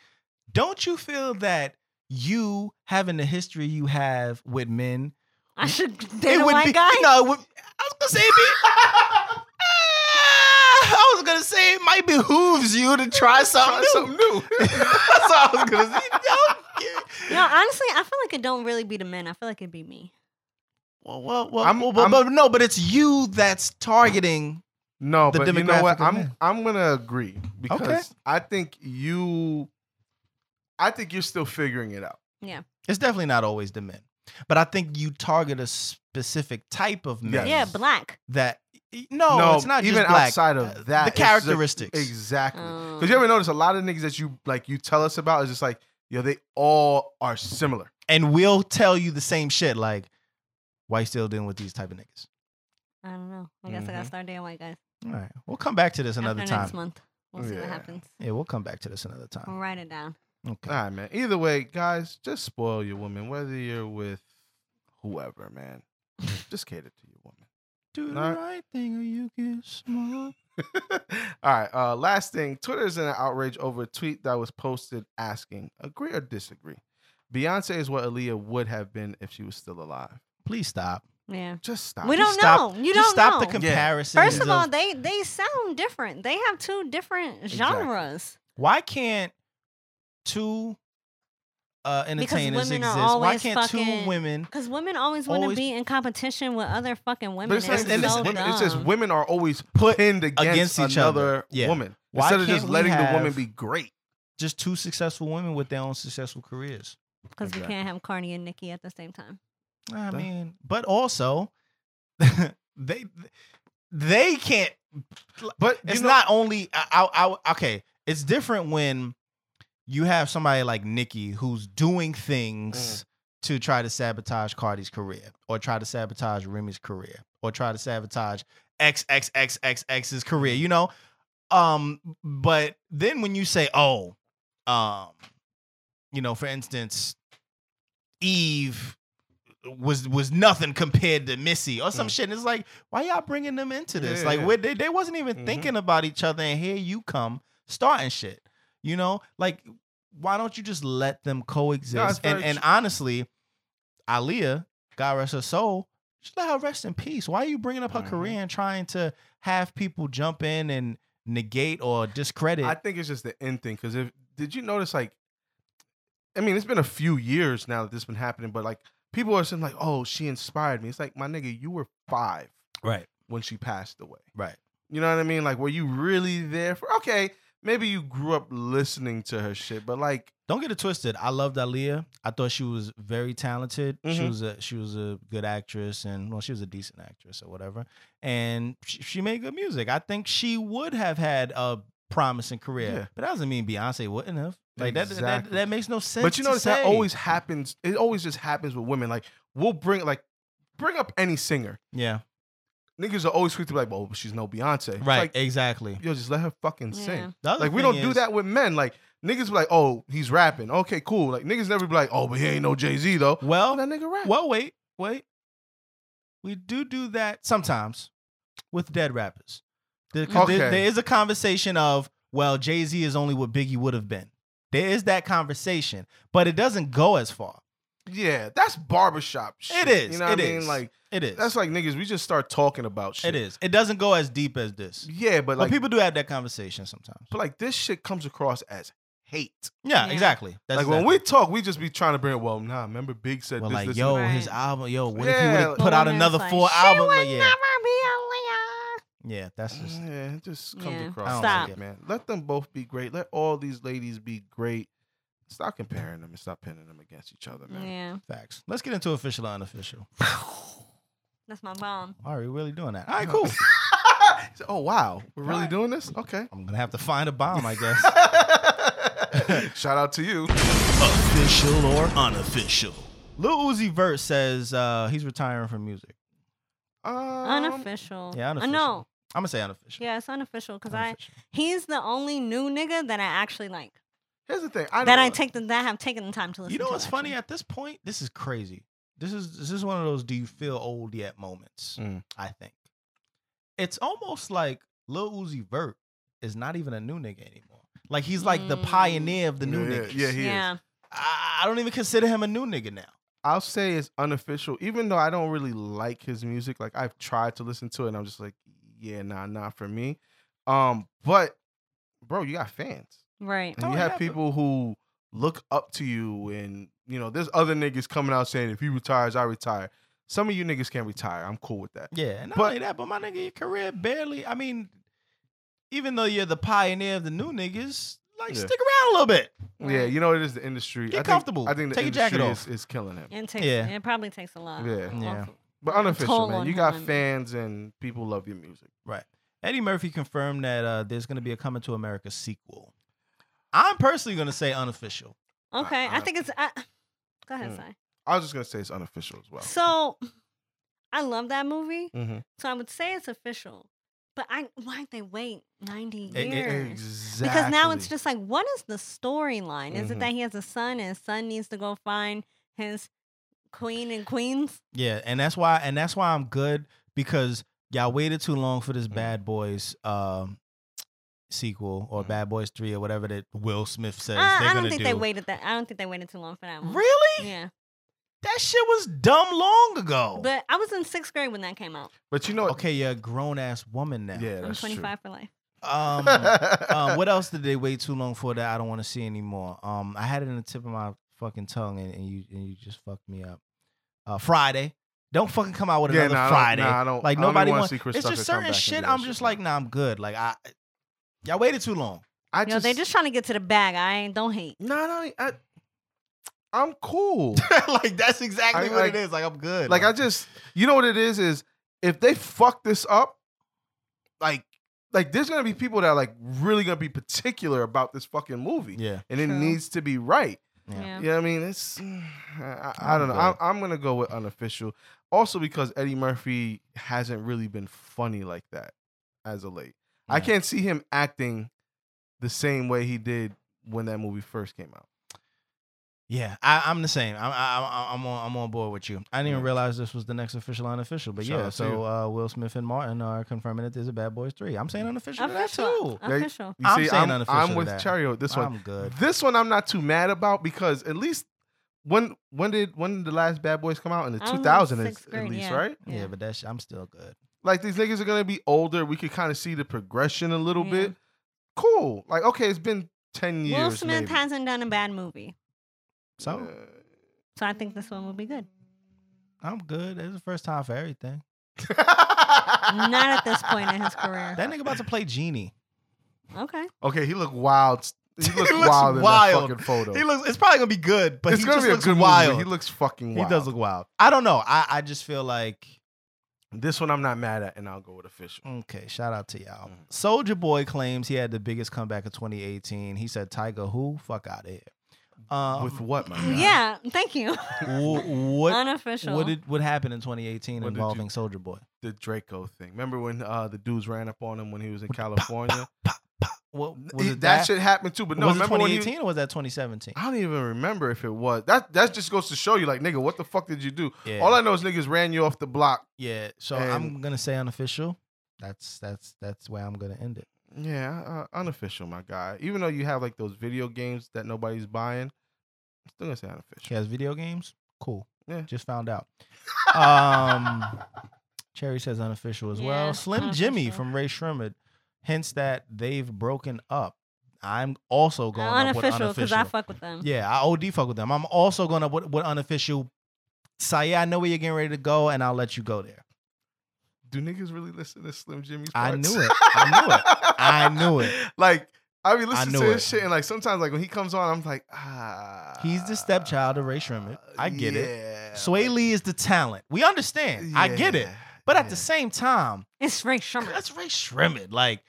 Don't you feel that you having the history you have with men
I should date a white
be,
guy.
No, it would, I was gonna say it be- I was gonna say it might behooves you to try something
Try
new.
something new.
That's what I was gonna say. Don't-
No, honestly, I feel like it don't really be the men. I feel like it be me.
Well, well, well,
I'm-
well, but-
I'm-
but no, but it's you that's targeting.
No,
the
but you know
demographic
what?
of
I'm
men.
I'm gonna agree because I think you, I think you're still figuring it out.
It's definitely not always the men, but I think you target a specific type of men.
Yes.
Yeah, black.
That e, no,
No,
it's not
even
just black.
outside of
Uh,
that,
the
it's just-
characteristics.
Exactly.
Oh.
Because you ever notice a lot of niggas that you like you tell us about is just like, yo, they all are similar.
and we'll tell you the same shit. Like, why you still dealing with these type of niggas?
I don't know. I guess I gotta
Mhm.
start dating white guys.
All
Mm.
right, we'll come back to this Mm-hmm. another
After
time.
next month. We'll see
Yeah.
what happens.
Yeah, we'll come back to this another time.
I'll write it down.
Okay.
All right, man. Either way, guys, just spoil your woman, whether you're with whoever, man. Just cater to your woman.
Do the
Alright.
right thing or you get smoked.
All right. Uh, last thing, Twitter is in an outrage over a tweet that was posted asking, agree or disagree? Beyonce is what Aaliyah would have been if she was still alive.
Please stop.
Yeah.
Just stop.
We
it.
don't
stop-
know. You
Just
don't
stop the
know.
comparison.
First of all, they they sound different. They have two different
Exactly.
genres.
why can't two uh, entertainers
women are
exist? Why
always
can't two
fucking-
women?
Because women always want to
Always-
be in competition with other fucking women.
But it's,
It's,
like,
They're
and it's,
so
women,
dumb.
it's just women are always put pinned against,
against each
another
other. Yeah.
woman
Why
instead of just
can't we
letting the woman
have-
be great.
Just two successful women with their own successful careers.
Because we can't have Carney and Nikki at the same time.
I
Duh.
mean, but also they they can't.
But you
It's
know-
not only I, I, I. Okay, it's different when you have somebody like Nikki who's doing
Mm.
things to try to sabotage Cardi's career, or try to sabotage Remy's career, or try to sabotage XXXXX's career. You know, um. But then when you say, "Oh, um, you know, for instance, Eve." Was was nothing compared to Missy or some
Mm.
shit. And it's like, why y'all bringing them into this?
Yeah,
like,
yeah.
where they, they wasn't even
Mhm.
thinking about each other, and here you come starting shit. You know, like why don't you just let them coexist? and
very
and
true.
honestly, Aaliyah, God rest her soul, just let her rest in peace. Why are you bringing up her
Mhm.
career and trying to have people jump in and negate or discredit?
I think it's just the end thing. Because if did you notice, like, I mean, it's been a few years now that this has been happening, but like, people are saying like, "Oh, she inspired me." It's like, my nigga, you were five
right,
when she passed away.
right.
You know what I mean? Like, were you really there for? Okay, maybe you grew up listening to her shit, but like,
Don't get it twisted. I loved Aaliyah. I thought she was very talented. She
Mhm.
was a she was a good actress, and well, she was a decent actress or whatever. And she, she made good music. I think she would have had a promising career,
Yeah.
but that doesn't mean Beyonce wouldn't have. Like that, that, that,
Exactly.
makes no sense.
but you
to
notice that
say.
always happens. It always just happens with women. Like, we'll bring like, bring up any singer.
yeah,
Niggas are always quick to be like, "Well, she's no Beyonce." It's
right, eh
Like,
exactly.
yo, just let her fucking
Yeah.
sing.
The other
Like we
thing
don't do
is-
that with men. Like niggas be like, oh, he's rapping. Okay, cool. Like niggas never be like, oh, but he ain't no Jay Z though. Oh,
Well,
that nigga rap.
well, wait, wait. We do do that sometimes with dead rappers. There- 'cause there-
Okay.
there is a conversation of, well, Jay Z is only what Biggie would have been. There is that conversation, but it doesn't go as far.
Yeah, that's barbershop.
It
Shit.
is.
You know what
It
I mean?
is.
Like
It is.
that's like niggas. We just start talking about shit.
it is. It doesn't go as deep as this.
Yeah, but
But
like,
people do have that conversation sometimes.
but like this shit comes across as hate.
Yeah,
Yeah.
exactly. That's
like when we talk, we just be trying to bring. it, Well, nah. Remember, Big said
are
this.
like,
this,
yo,
and
Right.
his album, yo, what if he
Yeah,
would have
like-
put out
Women's
another
like,
full
she
album?
would
Like, yeah,
never be
yeah, that's
that."
just
yeah, it just comes
Yeah.
across.
I
as
don't like
hate,
it.
man. Let them both be great. Let all these ladies be great. Stop comparing them and stop pinning them against each other,
a
man.
Leah.
facts. Let's get into official or unofficial.
Yeah. That's my bomb.
Are we really doing that? All right, cool.
He said, oh wow, we're really
Right.
doing this? Okay.
I'm gonna have to find a bomb, I guess.
Shout out to you.
official or unofficial. Lil Uzi Vert says uh, he's retiring from music.
Um,
Unofficial.
Yeah,
Uh,
unofficial.
no.
I'm gonna say unofficial.
Yeah, it's unofficial because I
Unofficial.
he's the only new nigga that I actually like.
Here's the thing. I
that
know-
I take the, that have taken the time to listen
You know
to,
what's funny
actually.
at this point? This is crazy. This is this is one of those do you feel old yet moments,
Mm.
I think. It's almost like Lil Uzi Vert is not even a new nigga anymore. Like he's like the
Mm.
pioneer of the new
Yeah, yeah,
niggas.
yeah, he-
yeah.
I, I don't even consider him a new nigga now.
I'll say it's unofficial, even though I don't really like his music. Like I've tried to listen to it, and I'm just like, yeah, nah, not for me. Um, but bro, you got fans,
Right.
and
Oh,
you
yeah,
have
but-
people who look up to you, and you know, there's other niggas coming out saying, if he retires, I retire. Some of you niggas can't retire. I'm cool with that.
Yeah, and not
But-
only that, but my nigga, your career barely. I mean, even though you're the pioneer of the new niggas, like
Yeah.
stick around a little bit.
Yeah, you know it is the industry.
Get
I think,
comfortable.
I think the
Take your
industry
jacket
is, is killing him.
It takes,
Yeah.
It probably takes a lot.
Yeah.
Like,
Yeah.
off-
But unofficial,
toll
man.
on
You got
him.
fans and people love your music.
Right. Eddie Murphy confirmed that uh, there's going to be a Coming to America sequel. I'm personally going to say unofficial.
Okay.
I-
I,
I-
think it's. I, go ahead,
Uh, Mm.
Si.
I was just gonna say it's unofficial as well.
So, I love that movie.
Mhm.
So I would say it's official. But I why'd they wait ninety
It- it-
years?
E, Exactly.
because now it's just like, what is the storyline? Is
Mhm.
it that he has a son and his son needs to go find his queen and queens?
Yeah, and that's why and that's why I'm good because y'all waited too long for
Mm.
this Bad Boys um, sequel or
Mm.
Bad Boys Three or whatever that Will Smith says
Uh, I,
they're
I don't
gonna
think
do.
they waited that. I don't think they waited too long for that one.
Really?
Yeah,
That shit was dumb long ago.
but I was in sixth grade when that came out.
But you know,
okay, you're a grown ass woman now.
yeah,
I'm
that's
25 for life.
Um,
true.
um, what else did they wait too long for that I don't want to see anymore? Um, I had it in the tip of my fucking tongue, and, and you and you just fucked me up. Uh, Friday. Don't fucking come out with another
nah, I don't-
Friday.
Nah, I don't.
like
I don't even
nobody
wanna
wants.
see Chris
It's
Tucker
just
come
certain
back and
shit.
do
I'm
that
just
shit.
like, nah, I'm good. Like I, y'all waited too long.
I
You know, they just trying to get to the bag. I ain't don't hate.
No, no, I, I'm cool.
like that's exactly
I-
what
I-
it is. Like I'm good.
like I just, you know what it is is if they fuck this up, like, like there's gonna be people that are like really gonna be particular about this fucking movie,
yeah.
and it
True.
needs to be right.
Yeah.
Yeah.
You know what I mean? It's, I, I don't know. I'm,
I'm
I'm gonna go with unofficial, also because Eddie Murphy hasn't really been funny like that as of late. I
Yeah.
can't see him acting the same way he did when that movie first came out.
Yeah, I, I'm the same. I'm I, I'm on I'm on board with you. I didn't even
Yeah.
realize this was the next official unofficial, but
Shout
yeah.
out to
So
you.
uh, Will Smith and Martin are confirming that there's a Bad Boys three. I'm saying unofficial, to that
Official.
too.
They-
Official.
You
I'm
see,
saying
I'm,
unofficial
I'm
to
with
that.
Chario with this one.
I'm good.
This one I'm not too mad about because at least when when did when did the last Bad Boys come out in the
I was in
2000s
Um, sixth
at
grade,
least,
yeah.
right?
Yeah,
Yeah.
but that's I'm still good.
Like these niggas are gonna be older. We could kind of see the progression a little
Yeah.
bit. Cool. Like okay, it's been ten years.
Will Smith
maybe.
hasn't done a bad movie,
So
so I think this one will be good.
I'm good. It's the first time for everything.
Not at this point in his career.
That nigga about to play Genie.
Okay.
Okay, he looked wild. He
He
looked
looks
wild in that
wild.
fucking photo.
looks. It's probably gonna be good, but
it's gonna be a good movie, but He looks fucking wild.
He does look wild. I don't know. I I just feel like
This one I'm not mad at, and I'll go with official.
Okay, shout out to y'all.
Mhm.
Soldier Boy claims he had the biggest comeback of 2018. He said, "Tiger, who? Fuck out of here." Um,
With what, my guy?
Yeah. Thank you.
wh- what?
Unofficial.
What did what happened in 2018
What did
involving
you-
Soldier Boy?
the Draco thing. Remember when uh, the dudes ran up on him when he was in California?
What was
It-
it
that,
that?
shit happened too, but no,
was it
remember when he,
2018 or was that 2017?
I don't even remember if it was. That that just goes to show you, like, nigga, what the fuck did you do?
Yeah,
All I know is niggas ran you off the block.
yeah. So
and-
I'm gonna say unofficial. That's that's that's where I'm gonna end it.
Yeah, uh, unofficial, my guy. Even though you have like those video games that nobody's buying, I'm still gonna say
She
unofficial.
has video games. Cool.
Yeah.
Just found out. Um, Cherry says unofficial as
Yeah,
well. Slim Jimmy
unofficial.
from Ray Shrimmer hints that they've broken up. I'm also going up with
unofficial because
unofficial.
I fuck with them.
yeah, I OD fuck with them. I'm also going up with, with unofficial. Saya, I know where you're getting ready to go, and I'll let you go there.
Do niggas really listen to Slim Jimmy's?
I
parts?
knew it. I knew it. I knew it.
Like I be
I
listening
knew
to his
it.
shit, and like sometimes, like when he comes on, I'm like, ah.
He's the stepchild of Ray Sherman. I get it.
Yeah,
Sway
like,
Lee is the talent. We understand. I get it.
yeah,
But at
yeah.
the same time,
It's Ray Sherman.
that's Ray Shrimmer. Like,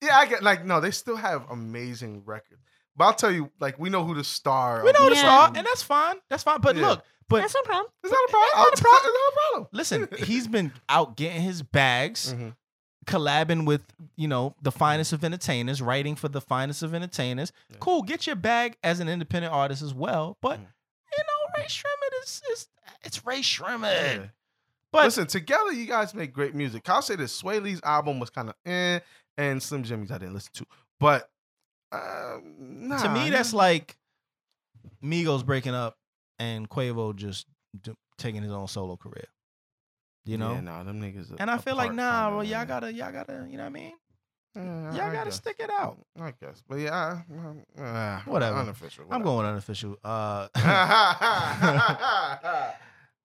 yeah, I get like no, they still have amazing records. But I'll tell you, like we know who the star.
We
of
know the
Yeah.
star, and that's fine. That's fine. But
Yeah.
look, but
That's no problem.
It's not a problem.
It's not a problem.
It's
listen, he's been out getting his bags,
not a problem. Mm-hmm.
collabing with you know the finest of entertainers, writing for the finest of entertainers.
Yeah.
Cool, get your bag as an independent artist as well. But
Mhm.
you know, Ray Shremmett is, is it's Ray Shremmett.
Yeah.
But
listen, together you guys make great music. I'll say this: Sway Lee's album was kind of eh, and Slim Jimmy's I didn't listen to, but um, nah,
to me, that's like Migos breaking up and Quavo just do, taking his own solo career. You know.
yeah, nah, them niggas.
And I feel like nah, bro, y'all gotta, y'all gotta, you know what I mean? Y'all gotta stick it out.
I guess, but yeah, I, uh,
Whatever.
Unofficial.
I'm
whatever.
going unofficial. Uh,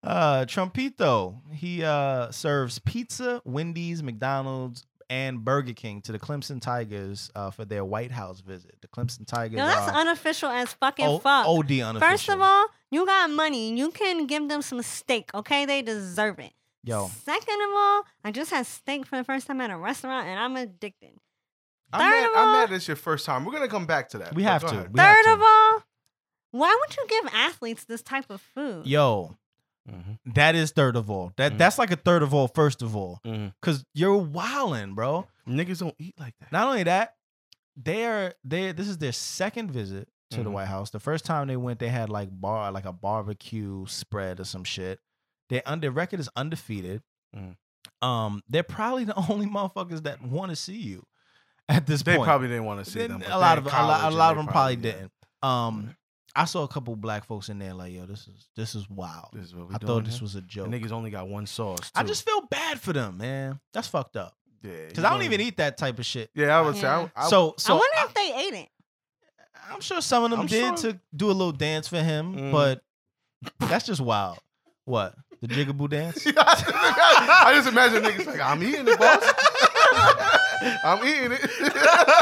I'm
uh, Trumpito. He uh, serves pizza, Wendy's, McDonald's, and Burger King to the Clemson Tigers uh, for their White House visit. The Clemson Tigers.
No, that's
are
unofficial as fucking
O-
fuck.
OD Oh, unofficial.
First of all, you got money. You can give them some steak, okay? They deserve it.
yo,
Second of all, I just had steak for the first time at a restaurant and I'm addicted. Third
mad,
of
I'm
all-
mad this your first time. We're gonna come back to that.
we
but
have
go
to.
ahead.
We have
Third
to.
of all, why would you give athletes this type of food?
yo, that is third of all. That
Mhm.
that's like a third of all. First of all, because you're wilding, bro.
Niggas don't eat like that.
Not only that, they are they. This is their second visit to the
Mhm.
White House. The first time they went, they had like bar like a barbecue spread or some shit. They under record is undefeated.
Mhm.
um, they're probably the only motherfuckers that want to see you at this
They
point.
probably didn't want to see
Then
them. but
a lot
they're
of a lot,
in college
a
and
lot
they
of them probably
yeah,
didn't.
Mm-hmm.
Um, I saw a couple black folks in there like, yo, this is this is wild.
This is what we
I
doing
thought this
here?
was a joke.
And niggas only got one sauce.
I
too.
just feel bad for them, man. That's fucked up.
yeah,
Cause I don't even eat that type of shit.
Yeah, I would say. I,
Yeah.
I,
so
I
so
wonder
I
if they ate it.
am sure some of them
I'm
did
sure-
to do a little dance for him,
Mm.
but that's just wild. What the jigaboo dance?
I just imagine niggas like, I'm eating it, boss. I'm eating it.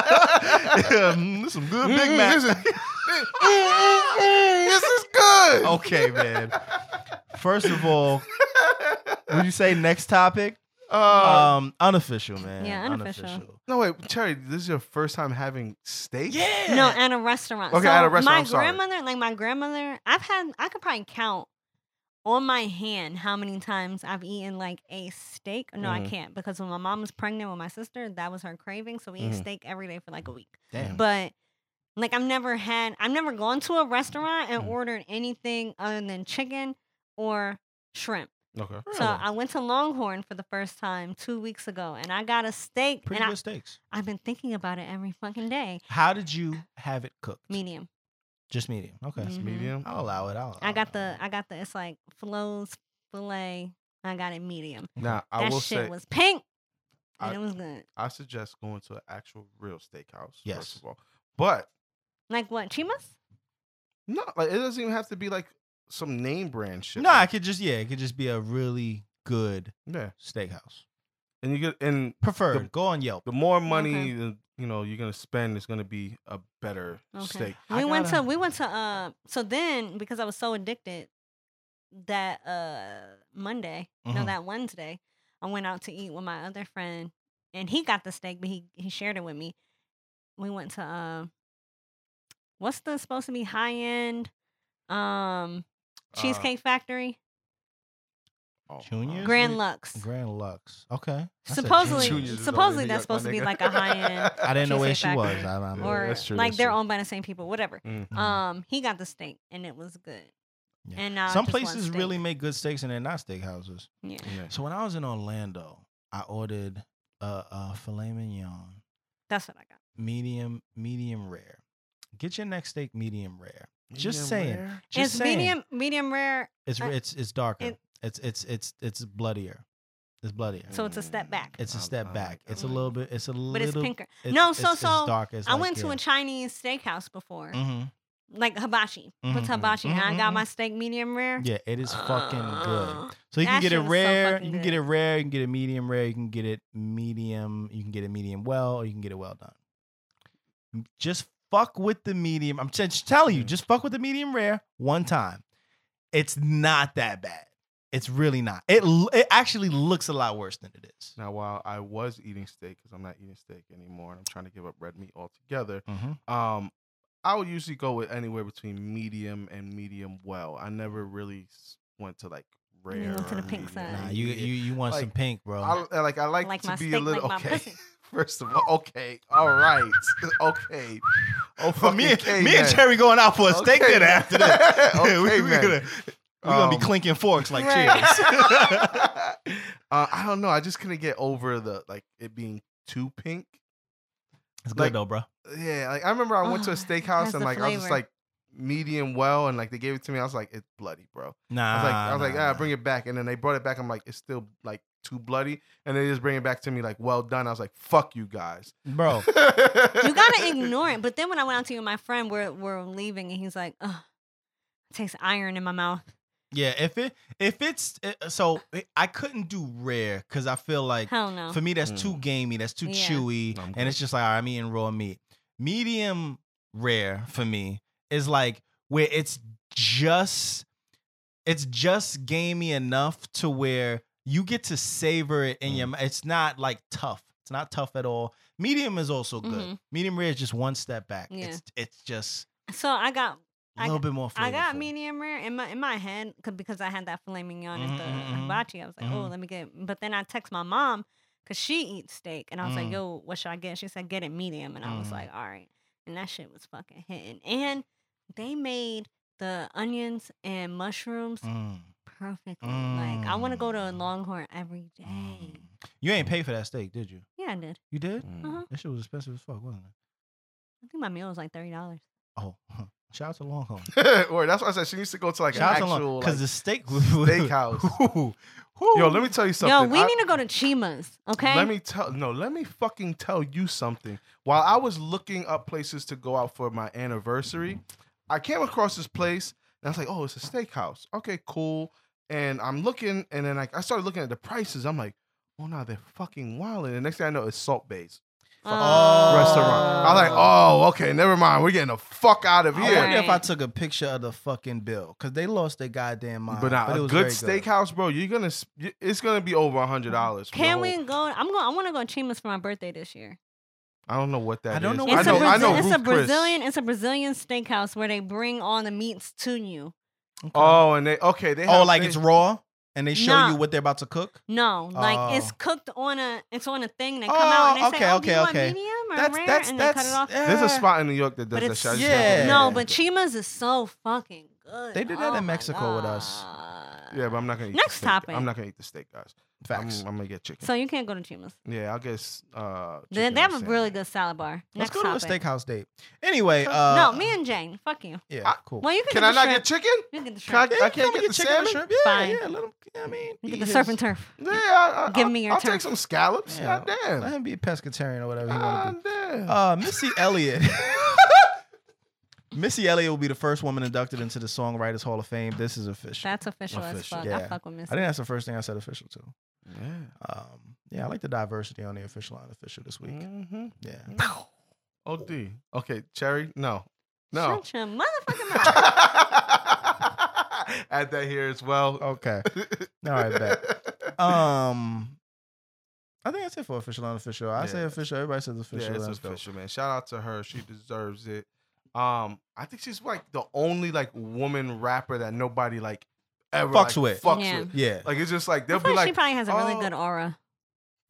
Mm, this some good Big
Mm-hmm.
Mm,
Mac.
This is, this is good.
okay, man. First of all, would you say next topic?
Uh,
Um, unofficial, man.
Yeah, unofficial.
no, wait, Cherry, this is your first time having steak?
Yeah.
No, at a restaurant.
Okay,
so
at a restaurant,
My
I'm sorry.
grandmother, like my grandmother, I've had I could probably count on my hand how many times I've eaten like a steak. No, I
Mhm.
can't because when my mom was pregnant with my sister, that was her craving. So we ate
Mhm.
steak every day for like a week.
Damn.
But like I've never had I've never gone to a restaurant and
Mhm.
ordered anything other than chicken or shrimp.
Okay.
So I went to Longhorn for the first time two weeks ago and I got a steak
Pretty
and
good steaks.
I, I've been thinking about it every fucking day.
How did you have it cooked?
Medium.
Just medium. Okay.
Mhm.
Medium.
I'll allow it. I'll,
I got
I'll-
the I got the it's like flows filet. I got it medium.
Now, I
that
will
shit
say,
was pink and
I-
it was good.
I suggest going to an actual real steakhouse,
Yes.
first of all. But,
Like what? Chimas?
no, like, it doesn't even have to be like some name brand shit.
No, I could just yeah, it could just be a really good
Yeah.
steakhouse.
And you get, and
Preferred.
The-
Go on Yelp.
the more money the- you know you're gonna spend is gonna be a better
Okay.
steak.
We went to we went to uh so then because I was so addicted that uh Monday, no
Mm-hmm.
Mhm.
that Wednesday, I went out to eat with my other friend and he got the steak but he he shared it with me. We went to uh what's the supposed to be high end um
Uh,
Cheesecake Factory?
Oh,
Junior's?
uh,
Grand
we-
Lux.
Grand Lux. Okay. I said
Supposedly-
Junior's.
is
supposedly
over there,
that's supposed to
my
be
nigga.
like a high-end-
I didn't know where she
Cheesecake
was.
Factory.
I, I'm-
Yeah,
or
that's true,
like
that's
they're
true.
owned by the same people, whatever.
Mm.
Mhm.
Um, he got the steak and it was good.
Yeah.
And now I
Some
just want
places
steak.
really make good steaks and they're not steakhouses.
yeah.
Yeah.
So when I was in Orlando, I ordered a, a filet mignon,
That's what I got.
medium, medium rare. Get your next steak medium rare. Just
Medium
saying.
rare?
Just
it's
saying.
medium, medium rare,
It's
I-
it's it's darker.
it-
it's it's it's it's bloodier. It's bloodier.
So it's a step back.
It's a
Mm. I-
step
I
back.
like
It's a
that.
little bit. It's a little.
but it's pinker.
it's-
No,
it's-
so-
it's
so
darker. It's
I
like,
went to
yeah.
a Chinese steakhouse before,
Mhm.
like hibachi.
Mhm,
What's hibachi? And I
mhm,
got my steak medium rare.
Yeah, it is fucking good.
Uh,
So you can
that
get it
shit was so
rare.
fucking
you can get
good.
it rare. You can get it medium rare. You can get it medium. You can get it medium well, or you can get it well done. Just fuck with the medium. I'm just telling you,
Mm.
Mhm.
just fuck with the medium rare one time. It's not that bad. It's really not. It l- it actually looks a lot worse than it is.
Now, while I was eating steak, because I'm not eating steak anymore, and I'm trying to give up red meat altogether,
Mm-hmm.
um, I would usually go with anywhere between medium and medium well. I never really s- went to like
You
rare.
went to the
or
pink
medium.
side.
Nah, you
Yeah.
you you want some
Like,
pink, bro?
I, I like I like,
Like
to
my
be a
steak,
little
like my
okay.
pussy.
First of all, okay, all right, okay. Oh, fucking Oh,
me,
K,
me
man.
and Cherry going out for a steak
Okay,
dinner
man.
after this.
Okay,
we,
man.
are gonna, we gonna
Oh, Um,
be clinking forks like
Right.
cheers.
uh, I don't know. I just couldn't get over the like it being too pink.
It's good
Like-
though, bro.
Yeah, like I remember I went to a
Oh,
steakhouse
has
and
the
like I was just
flavor.
like medium well, and like they gave it to me. I was like, it's bloody, bro.
Nah,
I was like, I was like,
nah,
ah,
nah.
bring it back, and then they brought it back. I'm like, it's still like too bloody, and they just bring it back to me like, well done. I was like, fuck you guys.
bro.
you
You gotta ignore it. But then when I went out to you, my friend, we're we're leaving, and he's like, "Ugh, it tastes iron in my mouth."
Yeah, if it if it's uh, so, I couldn't do rare because I feel like
Hell no.
for me that's too
Mm.
gamey, that's too
Yeah.
chewy,
No, I'm
and it's just like all right, I'm eating raw meat. Medium rare for me is like where it's just it's just gamey enough to where you get to savor it in
Mm.
your mouth. It's not like tough. It's not tough at all. Medium is also good.
Mhm.
Medium rare is just one step back.
Yeah.
It's it's just
so I got
a
I
little
got-
bit more. Flavorful.
I got medium rare in my in my head 'cause- because I had that filet mignon at
Mm-hmm,
the
Mhm, mhm, mhm.
hibachi. I was like, oh,
Mhm.
let me get. But then I text my mom because she eats steak, and I was
Mm.
like, yo, what should I get? She said, get it medium, and I was
Mm.
like, all right. And that shit was fucking hitting. And they made the onions and mushrooms
Mm,
perfectly. Like I want to go to a
Mm.
Longhorn every day.
mm. You ain't pay for that steak, did you?
Yeah, I did.
You did?
Uh-huh.
That shit was expensive as fuck, wasn't it?
I think my meal was like thirty dollars.
Oh, shout out to Longhorn.
or that's why I said she needs to go to like an
Shout out to
actual
Longhorn
like,
because the steak was
steakhouse. Yo, let me tell you
Yo,
something.
we
I-
need to go to Chima's. Okay.
Let me tell no, let me fucking tell you something. While I was looking up places to go out for my anniversary, I came across this place and I was like, "Oh, it's a steakhouse. Okay, cool." And I'm looking, and then like I started looking at the prices. I'm like, "Oh no, they're fucking wild." And the next thing I know, it's Salt Bay's
Uh,
restaurant. I'm like, "Oh, okay, never mind. We're getting the fuck out of
I
here."
Alright.
wonder if I took a picture of the fucking bill because they lost their goddamn mind.
But nah,
it
a
was
good
very
steakhouse, bro. You're gonna, s- y- it's gonna be over a hundred dollars. for the
Can
whole-
we go? I'm going. I want to go to Chima's for my birthday this year.
I don't know what that is.
I don't know
It's
what
a
that
I
is.
know. I know.
Brazil- it's a
Ruth Chris.
Brazilian. It's a Brazilian steakhouse where they bring all the meats to you.
Okay.
Oh, and they okay. They
oh,
have-
like
they-
it's raw and they show
Nah.
you what they're about to cook.
No, like it's
Oh.
cooked on a. It's on a thing. They come out and they
Oh,
say,
okay,
"Oh, do you
okay,
want
okay.
medium or
That's
rare?"
that's
and
that's. eh.
they cut it off.
There's
yeah.
a spot in New York that does
But
that
it's-
shit. I just
Yeah.
can't
No,
remember
but
it.
Chima's is so fucking good.
They did that
Oh
in
my
Mexico with us.
God.
yeah, but I'm not gonna. Eat the
Next
steak.
topic.
I'm not gonna eat the steak, guys.
Facts.
I'm, I'm gonna get chicken.
So you can't go to Chima's.
yeah, I guess. Uh,
They,
chicken
they
and
have a really
salmon.
good salad bar.
Let's
Next
go
topic.
to a steakhouse date. Anyway, uh,
no, me and Jane. Fuck you.
yeah,
I-
cool.
Well, you can,
Can
get
I
the
not
shrimp.
get chicken?
You can get the
Can I,
shrimp.
Yeah,
I
you
can't
come
get
and
the
chicken and
salmon.
shrimp. Yeah,
Fine.
yeah. Let him. I mean,
You
eat
get the
his-
surf and turf.
Yeah, I, I,
Give
I'll-
me your
I'll
turn.
take some scallops.
Yeah.
God damn.
Let him be a pescatarian or whatever he want to be.
God damn.
Uh, Missy Elliott. Missy Elliott will be the first woman inducted into the Songwriters Hall of Fame. This is official.
That's official, as
Official.
fuck. I
Yeah.
fuck with Miss.
I think that's the first thing I said official too.
yeah.
Um, yeah, I like the diversity on the official and unofficial this week.
Mhm.
Yeah.
Od. Okay, cherry. No. No.
Shut your motherfucking mouth.
Add that here as well.
Okay. All right, bet. Um, I think that's it for official and unofficial. I say
Yeah.
official. Everybody says official.
Yeah, it's
that's dope.
official, man. Shout out to her. She deserves it. Um, I think she's like the only like woman rapper that nobody like ever
Fucks
like,
with.
Fucks
Yeah.
with.
Yeah.
Like it's just like they'll
I feel
be
like, she
like
probably has a really
oh,
good aura.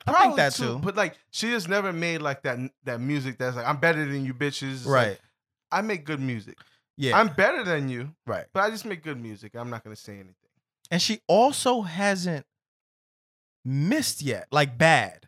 I think
probably
that too.
but like she has never made like that that music that's like I'm better than you bitches. It's like,
Right.
I make good music.
Yeah.
I'm better than you,
right.
but I just make good music. I'm not gonna say anything.
And she also hasn't missed yet. Like bad.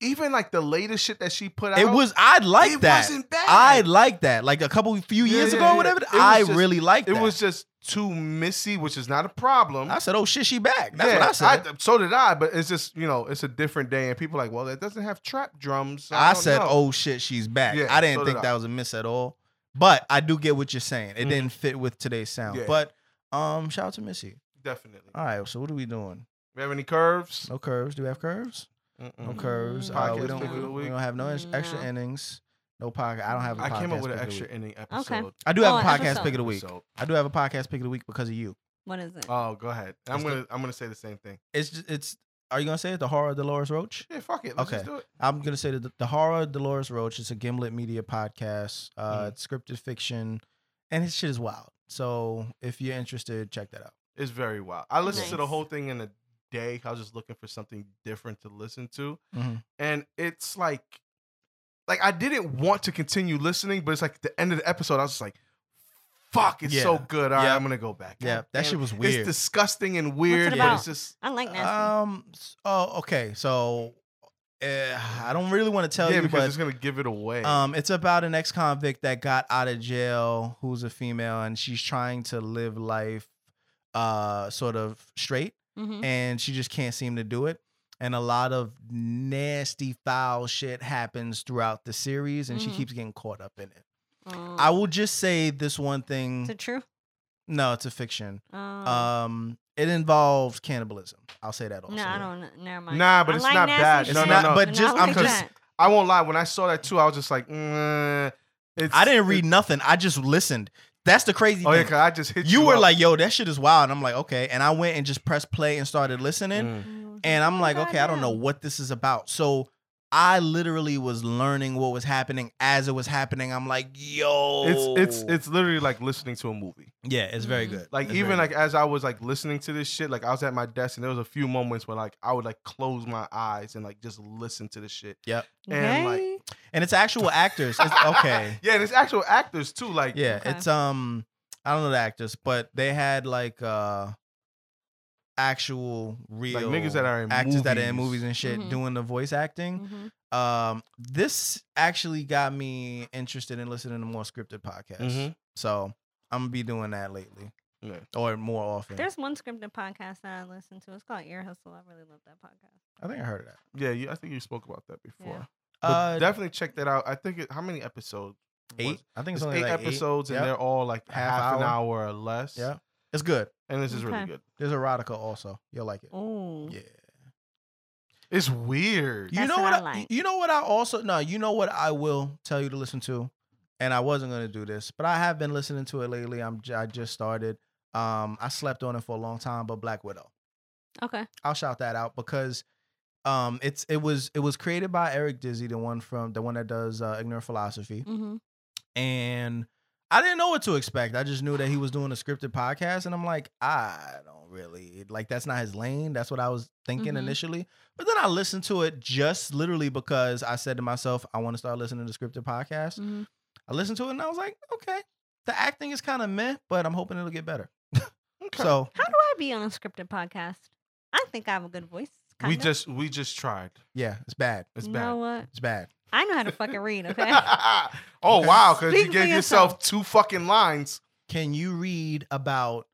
Even like the latest shit that she put out,
It was. I like
it
that.
wasn't bad.
I like that. Like a couple few
Yeah,
years
yeah,
ago,
yeah.
or whatever.
It was
I
just-
really liked
it
that.
was just too missy, which is not a problem.
I said, "Oh shit, she back." That's what I
Yeah,
said.
so did I, but it's just you know it's a different day, and people are like, well, it doesn't have trap drums. so
I,
don't
said,
know."
"Oh shit, she's back."
Yeah,
I didn't
so did
think
I.
that was a miss at all. But I do get what you're saying. It
Mhm.
didn't fit with today's sound.
Yeah.
But um, shout out to Missy.
definitely.
All right, so what are we doing?
We have any curves?
No curves. Do we have curves? No
Mm-mm.
curves.
Mm,
Uh,
Podcast
we don't.
pick of the
We
week.
don't have no ex- extra
No.
innings. No podcast. I don't have. I
I came up with an
extra.
extra ending episode.
I do have
Oh,
a
an
podcast
episode.
pick of the week.
Episode.
I do have a podcast pick of the week because of you.
What is it?
Oh, go ahead. I'm
Let's do
gonna I'm gonna say the same thing.
It's just, it's. Are you gonna say it? The horror of Dolores Roach.
Yeah, fuck it. Let's just
Okay.
do it.
I'm gonna say that the, the horror of Dolores Roach is a Gimlet Media podcast. Uh,
Mhm.
it's scripted fiction, and his shit is wild. So if you're interested, check that out.
It's very wild. I listened to the
Nice.
whole thing in a day. I was just looking for something different to listen to,
Mhm.
and it's like, like I didn't want to continue listening, but it's like the end of the episode, I was just like, "Fuck, it's so
Yeah.
good." All right,
Yeah.
I'm gonna go back.
Yeah,
God
that
damn
shit
it.
was weird.
It's disgusting and weird,
it
but
about?
it's just
I like nasty.
Um. s- Oh, okay. So, uh, I don't really want to tell
yeah,
you,
because
but
it's gonna give it away.
Um, it's about an ex-convict that got out of jail, who's a female, and she's trying to live life, uh, sort of straight,
Mhm.
and she just can't seem to do it. And a lot of nasty, foul shit happens throughout the series, and
Mhm.
she keeps getting caught up in it.
Mm.
I will just say this one
is
thing.
it true?
No, it's a fiction.
Um,
Um, it involves cannibalism. I'll say that also.
no, I don't. kn- Never mind.
Nah, but
I
it's
like
not
nasty
bad.
It's
shit,
not- but
I
just-
like
I'm just-
that.
I won't lie. When I saw that too, I was just like, mm, it's,
I didn't read
it-
nothing. I just listened. That's the crazy
oh yeah,
thing.
'cause I just hit you.
you were
up.
like, yo, that shit is wild. And I'm like, okay. And I went and just pressed play and started listening.
Mm.
Mm.
And I'm like,
God
okay, I don't know
damn.
what this is about. So I literally was learning what was happening as it was happening. I'm like, yo.
it's
Oh.
it's it's literally like listening to a movie.
yeah, it's very
Mhm.
good.
Like
It's
even
very
like as I was like listening to this shit, like I was at my desk and there was a few moments where like I would like close my eyes and like just listen to the shit.
Mm-hmm.
and, like-
Yay.
good. and it's actual actors. It's, okay.
yeah, and it's actual actors too. Like
Yeah,
Okay.
it's um I don't know the actors, but they had like uh actual real
niggas that are in
actors that are in
movies.
movies
Mm-hmm.
and shit
Mhm.
doing the voice acting.
Mhm.
Um, this actually got me interested in listening to more scripted podcasts.
Mhm.
So I'm gonna be doing that lately
Yeah.
or more often.
There's one scripted podcast that I listen to. It's called Ear Hustle. I really love that podcast.
I think I heard of that.
Yeah, you, I think you spoke about that before. But
Uh,
definitely check that out. I think it, how many episodes? was-
eight. I think
It's
it's, only
eight
like
episodes,
eight.
and
Yep.
they're all like
A
half,
half
an
hour.
hour or less.
Yeah, it's good.
and this is really
Okay.
good.
There's erotica also. You'll like it.
Oh,
Yeah.
It's weird.
You
That's
know
what
what?
I
I,
like.
You know what? I also no. You know what? I will tell you to listen to, and I wasn't gonna do this, but I have been listening to it lately. I'm j- I just started. Um, I slept on it for a long time, but Black Widow.
okay.
I'll shout that out because um it's it was it was created by Eric Dizzy, the one from the one that does uh, Ignorant Philosophy.
Mm-hmm.
And I didn't know what to expect. I just knew that he was doing a scripted podcast and I'm like, I don't really like that's not his lane. That's what I was thinking
Mhm.
initially. But then I listened to it just literally because I said to myself, I want to start listening to scripted podcasts.
Mm-hmm.
I listened to it and I was like, okay. The acting is kind of meh, but I'm hoping it'll get better.
Okay.
So
How do I be on a scripted podcast? I think I have a good voice.
we
kinda.
just we just tried.
yeah, it's bad.
It's
you
bad.
know what?
It's bad.
I know how to fucking read. Okay.
oh
Okay.
wow, because
Speak
you
for
gave yourself. two fucking lines.
can you read about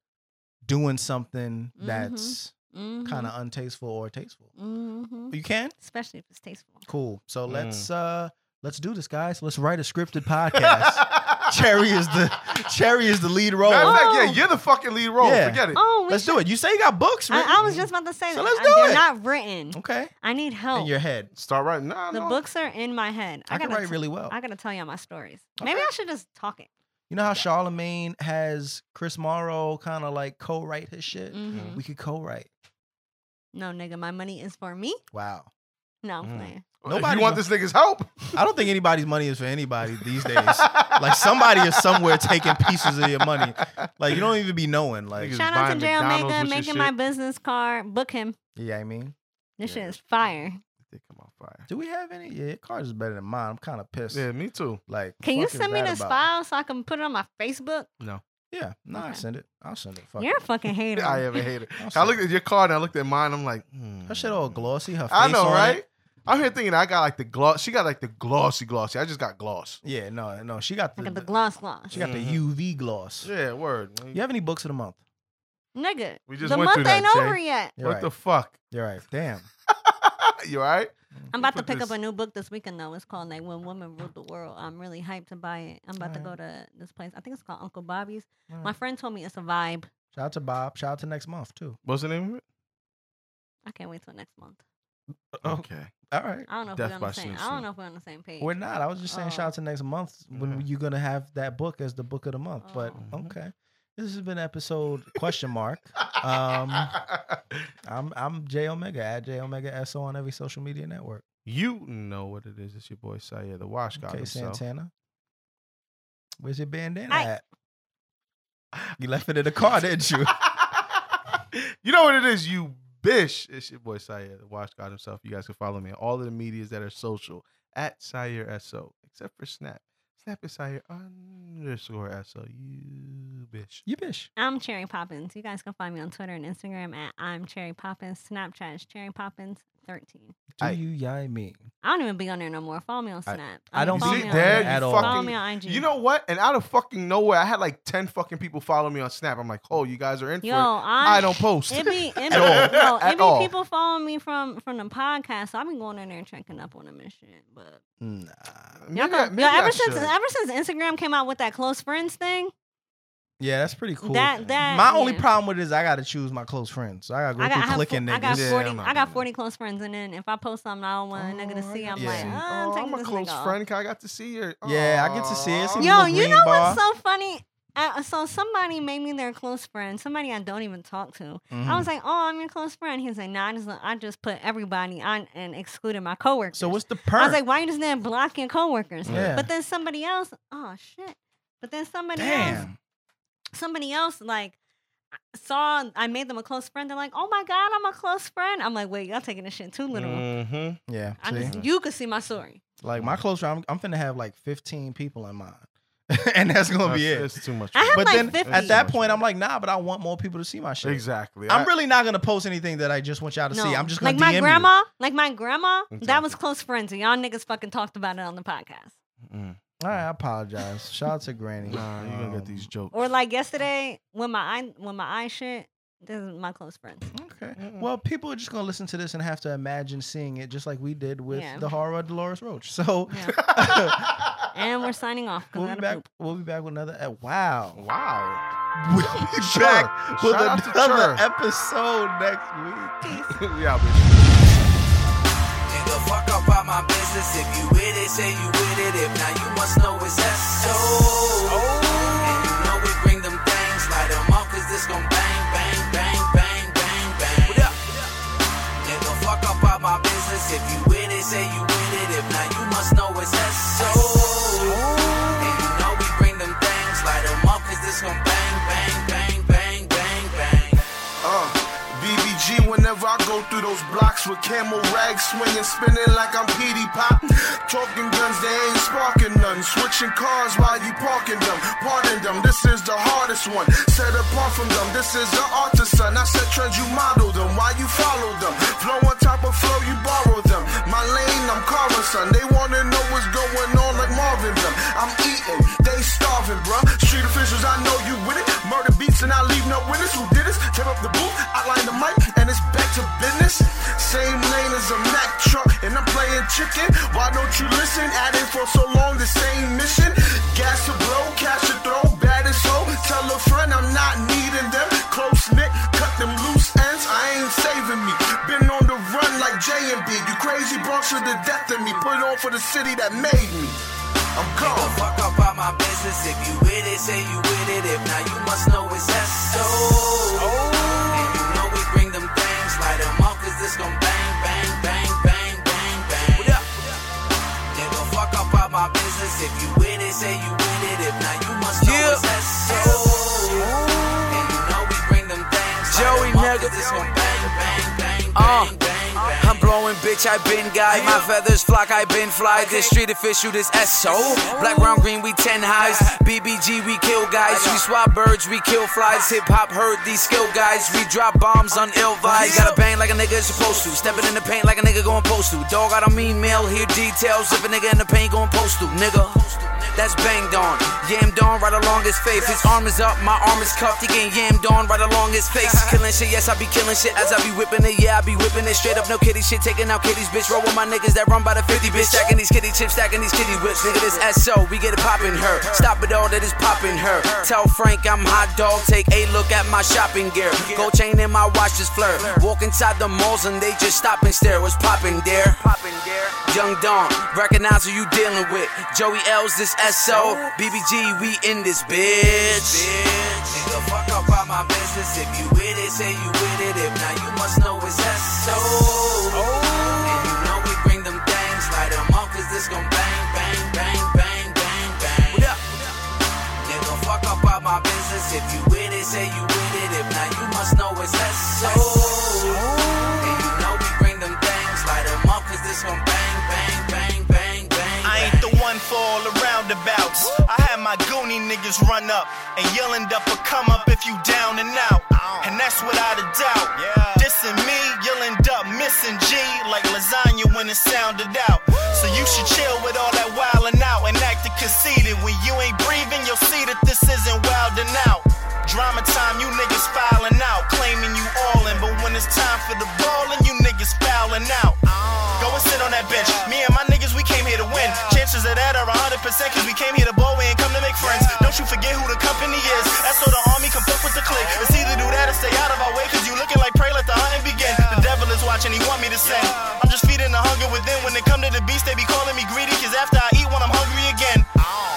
doing something that's kind of untasteful or tasteful?
Mm-hmm.
You can.
Especially if it's tasteful.
Cool. So
Mm.
let's uh let's do this, guys. Let's write a scripted podcast. Cherry is the Cherry is the lead role.
Matter of fact, yeah,
Oh.
you're the fucking lead role.
Yeah.
Forget it.
Oh, we
Let's do it. You say you got books,
should- I, I was
written?
just about to say
So
that.
let's
I-
do
they're
it.
not written.
okay
I need help.
in your head.
Start right now.
the
Oh. no.
books are in my head.
I,
I,
can
gotta
write
t-
really well.
I gotta tell y'all my stories. Maybe
Okay.
I should just talk it.
you know how Charlemagne has Chris Morrow kind of like co-write his shit.
Mm-hmm.
Mhm.
We could co-write.
No, nigga, my money is for me.
Wow.
No, I'm
Mm.
playing.
Nobody
Nobody
you want
knows.
this nigga's help.
I don't think anybody's money is for anybody these days. like somebody is somewhere taking pieces of your money. Like you don't even be knowing. Like
Niggas
Shout out
buying
to Jay
McDonald's
Omega
with your
making my
shit.
business card. Book him.
Yeah, I mean,
This
Yeah.
shit is fire.
They come on fire.
do we have any? Yeah, your card is better than mine. I'm kind of pissed.
Yeah, me too.
Like,
Can you
fuck is
send me
that
this
about?
file so I can put it on my Facebook?
No,
Yeah, no, I
Okay.
send it. I'll send it. Fuck
You're a
it.
fucking hater.
I am a hater.
I'll
I
send
looked
it.
at your card and I looked at mine. I'm like, hmm.
her shit all glossy. Her face
I know,
on it.
right? I'm here thinking I got like the gloss. She got like the glossy, glossy. I just got gloss.
Yeah, no, no. She got the,
Look at the gloss gloss.
she got
Mhm.
the UV gloss.
Yeah, word.
You have any books of the month?
Nigga,
We just
the
went through
month
that,
ain't
Jay.
over yet.
You're
what
right.
the fuck?
You're right. Damn.
you all right?
I'm about to
put
pick up
this-
a new book this weekend though. It's called like When Women Ruled the World. I'm really hyped to buy it. I'm about to go
Alright.
to this place. I think it's called Uncle Bobby's. My
Hmm.
Alright.
friend told me it's a vibe.
Shout out to Bob. Shout out to next month too.
What's the name of it?
I can't wait till next month.
Oh.
Okay.
All right.
I don't know if
Death
we're on
by
the same.
Snoop
I don't
Snoop.
know if we're on the same page.
We're not. I was just saying,
Oh.
shout out to next month when
Okay.
you're gonna have that book as the book of the month. But
Oh.
Mhm.
okay, this has been episode question mark. Um, I'm I'm J Omega at J Omega SO on every social media network.
you know what it is. It's your boy Saya, the wash god
Okay,
himself.
Santana. Where's your bandana
Aye.
at? You left it in the car, didn't you?
you know what it is, you bish. It's your boy Sire, the Watch God himself. You guys can follow me on all of the medias that are social at Sire SO, except for Snap. Snap is Sire underscore SO. You bish.
You bitch.
I'm Cherry Poppins. You guys can find me on Twitter and Instagram at I'm Cherry Poppins. Snapchat is Cherry Poppins thirteen.
Do
Aye.
you yai me?
I don't even be on there no more. Follow me on
I-
Snap.
I don't
follow
be
me on-
there
you
at all.
Follow
fucking-
me on IG.
You know what? And out of fucking nowhere, I had like 10 fucking people follow me on Snap. I'm like, oh, you guys are in
yo,
for it.
I,
I don't post.
It be, it be,
all.
yo, it
At
be
all.
people following me from from the podcast. So I've been going in there and checking up on them and shit. But
Nah.
Maybe I-
Y'all go-
maybe
yo,
I
ever since
should.
ever since Instagram came out with that close friends thing,
Yeah, that's pretty cool.
that that
my only
yeah.
problem with it is I gotta choose my close friends. So I gotta go
I got, I,
through
have
clicking
fo- I got
niggas.
Yeah,
forty.
I'm not
I
doing
got
that.
forty close friends, and then if I post something I don't want a nigga to
Oh, I
see,
got
I'm
to
like,
see.
oh,
Oh,
I'm taking
I'm a
this
close
nigga off.
friend. 'cause I got to see her.
Yeah, I get to see her. See the
Yo,
little
you
green
know
bar.
what's so funny? Uh, so somebody made me their close friend. Somebody I don't even talk to. I
Mm.
Mhm.
was like, "Oh, I'm your close friend." He was like, "Nah, I just I just put everybody on and excluded my coworkers."
so what's the
I
perk?
was like, "Why you just didn't block your coworkers?"
Yeah.
But then somebody else. Oh shit! But then somebody else.
Damn.
Somebody else like saw I made them a close friend. They're like, "Oh my god, I'm a close friend." I'm like, "Wait, y'all taking this shit too literal."
Mm-hmm.
Yeah.
I
Mm, see?
just you could see my story.
Like my close friend, I'm, I'm finna have like 15 people in mine. and that's gonna
That's-
be it.
That's too much.
I have
Oh, But
like
then
50.
at that point, I'm like, nah, but I want more people to see my shit.
exactly. I-
I'm really not gonna post anything that I just want y'all to see. I'm just gonna
like
DM
my
you.
grandma, like my grandma. That
Exactly.
was close friends, and y'all niggas fucking talked about it on the podcast.
Mm.
All right, I apologize. Shout out to Granny.
Nah, you're gonna
Um,
get these jokes.
Or like yesterday when my eye when my eye shit. This is my close friends.
Okay.
Mm.
Well, people are just gonna listen to this and have to imagine seeing it, just like we did with
Yeah.
the horror of Dolores Roach. So
Yeah. and we're signing off. 'cause I
we'll be back.
gotta poop.
We'll be back with another. uh, wow.
wow.
We'll be
Sure.
back with
Shout out to
another
Chur.
episode next week.
we out, bitch.
Nigga, fuck up all my business. If you with it, say you with it. If not, you must know it's S.O. And you know we bring them things. Light 'em up, cause this gon' bang, bang, bang, bang, bang, bang. What up? Nigga, fuck up all my business. If you with it, say you with it. If not, you must know it's S.O. And you know we bring them things. Light 'em up, cause this gon' bang, bang, bang, bang, bang, bang.
Uh, BBG whenever I go through those blocks with camel rags swinging, spinning like I'm Petey Pop. Talking guns, they ain't sparking none. Switching cars while you parking them. Pardon them, this is the hardest one. Set apart from them, this is the artisan. I set trends, you model them. Why you follow them? Flow on top of flow, you borrow them. My lane, I'm Carlson. They wanna know what's going on like Marvin them. I'm eating, they starving, bruh. Street officials, I know you with it. Murder beats and I leave no witness. Who did this? Tear up the booth, outline the mic, and it's back to business. Same lane as a Mack truck, and I'm playing chicken. Why don't you listen? At it for so long, the same mission. Gas a blow, cash a throw, bad as hoe. Tell a friend I'm not needing them. Close knit, cut them loose ends. I ain't saving me. Been on the run like J and B. You crazy Bronx to the death of me. Put it on for the city that made me. I'm
Nigga,
gone.
fuck up all my business. If you with it, say you with it. If not, you must know it's S.O. And you know we bring them things. Light 'em up, cause this gon' bang, bang, bang, bang, bang, bang. What up? Nigga, fuck up all my business. If you with it, say you with it. If not, you must know it's S.O. And you know we bring them things. Light
Joey
'em up,
nigga.
'cause this gon' bang, bang, bang,
Uh.
bang, bang, bang.
I'm blowing, bitch, I been guy. My feathers flock, I been fly. This street official, this SO. Black, brown, green, we 10 highs. BBG, we kill guys. We swap birds, we kill flies. Hip hop heard these skill guys. We drop bombs on ill vibes. Gotta bang like a nigga is supposed to. Stepping in the paint like a nigga going postal. Dog, I don't mean mail, hear details. If a nigga in the paint going postal, nigga. That's banged on. Yammed on right along his face. His arm is up, my arm is cuffed. He getting yammed on right along his face. He's killing shit, yes, I be killing shit. As I be whipping it, yeah, I be whipping it straight up. No kitty shit, taking out kitties, bitch. Roll with my niggas that run by the 50, bitch. Stacking these kitty chips, stacking these kitty whips. Nigga, this SO, we get it poppin' her. Stop it all, that is poppin' her. Tell Frank I'm hot dog, take a look at my shopping gear. Gold chain in my watch is flare. Walk inside the malls and they just stop and stare. What's poppin' there? Poppin' there. Young Don, recognize who you dealing with. Joey L's this SO, BBG, we in this bitch.
Nigga, fuck up all my business. If you with it, say you with it. If not, you must know it's S.O. And you know we bring them things. Light 'em up, cause this gon' bang, bang, bang, bang, bang, bang. What up? Nigga, fuck up all my business. If you with it, say you with it. If not, you must know it's S.O. And you know we bring them things. Light 'em up, cause this gon' bang, bang, bang, bang, bang.
I ain't the one for all the roundabouts. I had my goonie niggas run up and yelling up a come up if you down and out. And that's without a doubt. Dissing me, yelling up, missing G like lasagna when it sounded out. So you should chill with all that wildin' out and acting conceited. When you ain't breathing, you'll see that this isn't wildin' out. Drama time, you niggas filing out, claiming you allin'. But when it's time for the ballin', you niggas fouling out. Go and sit on that bench. Me and my niggas, we came here to win. Chances of that are 100% cause we came here to bowl and come to make friends. Don't you forget who the company is. That's so the army come fuck with the clique. It's either do that or stay out of our way cause you looking like prey, let the hunting begin. The devil is watching, he want me to sin. I'm just feeding the hunger within. When it come to the beast, they be calling me greedy cause after I eat one, I'm hungry again.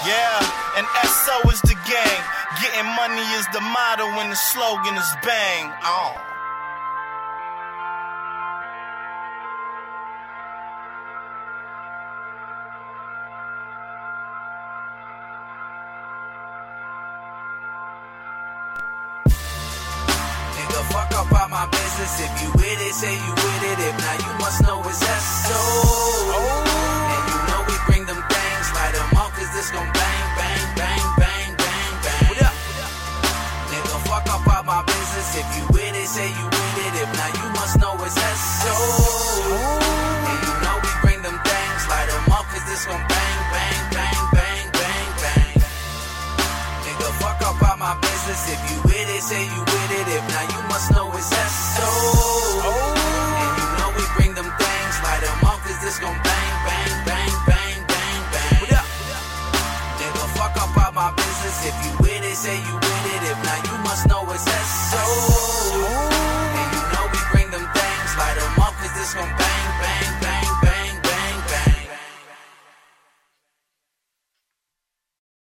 Yeah, and SO is the gang. Getting money is the motto and the slogan is bang. Oh.
Nigga, fuck up all my business. If you with it, say you with it. If not, you must know it's S.O. And you know we bring them things. Light 'em up, cause this gon' bang, bang, bang, soul. And you know we bring them things, light them up, cause this gon' bang, bang, bang, bang, bang, bang. Nigga, fuck up all my business. If you with it, say you with it. If not, you must know it's SO. And you know we bring them things, light them up, cause this gon' bang, bang, bang, bang, bang, bang. Nigga, fuck up all my business. If you with it, say you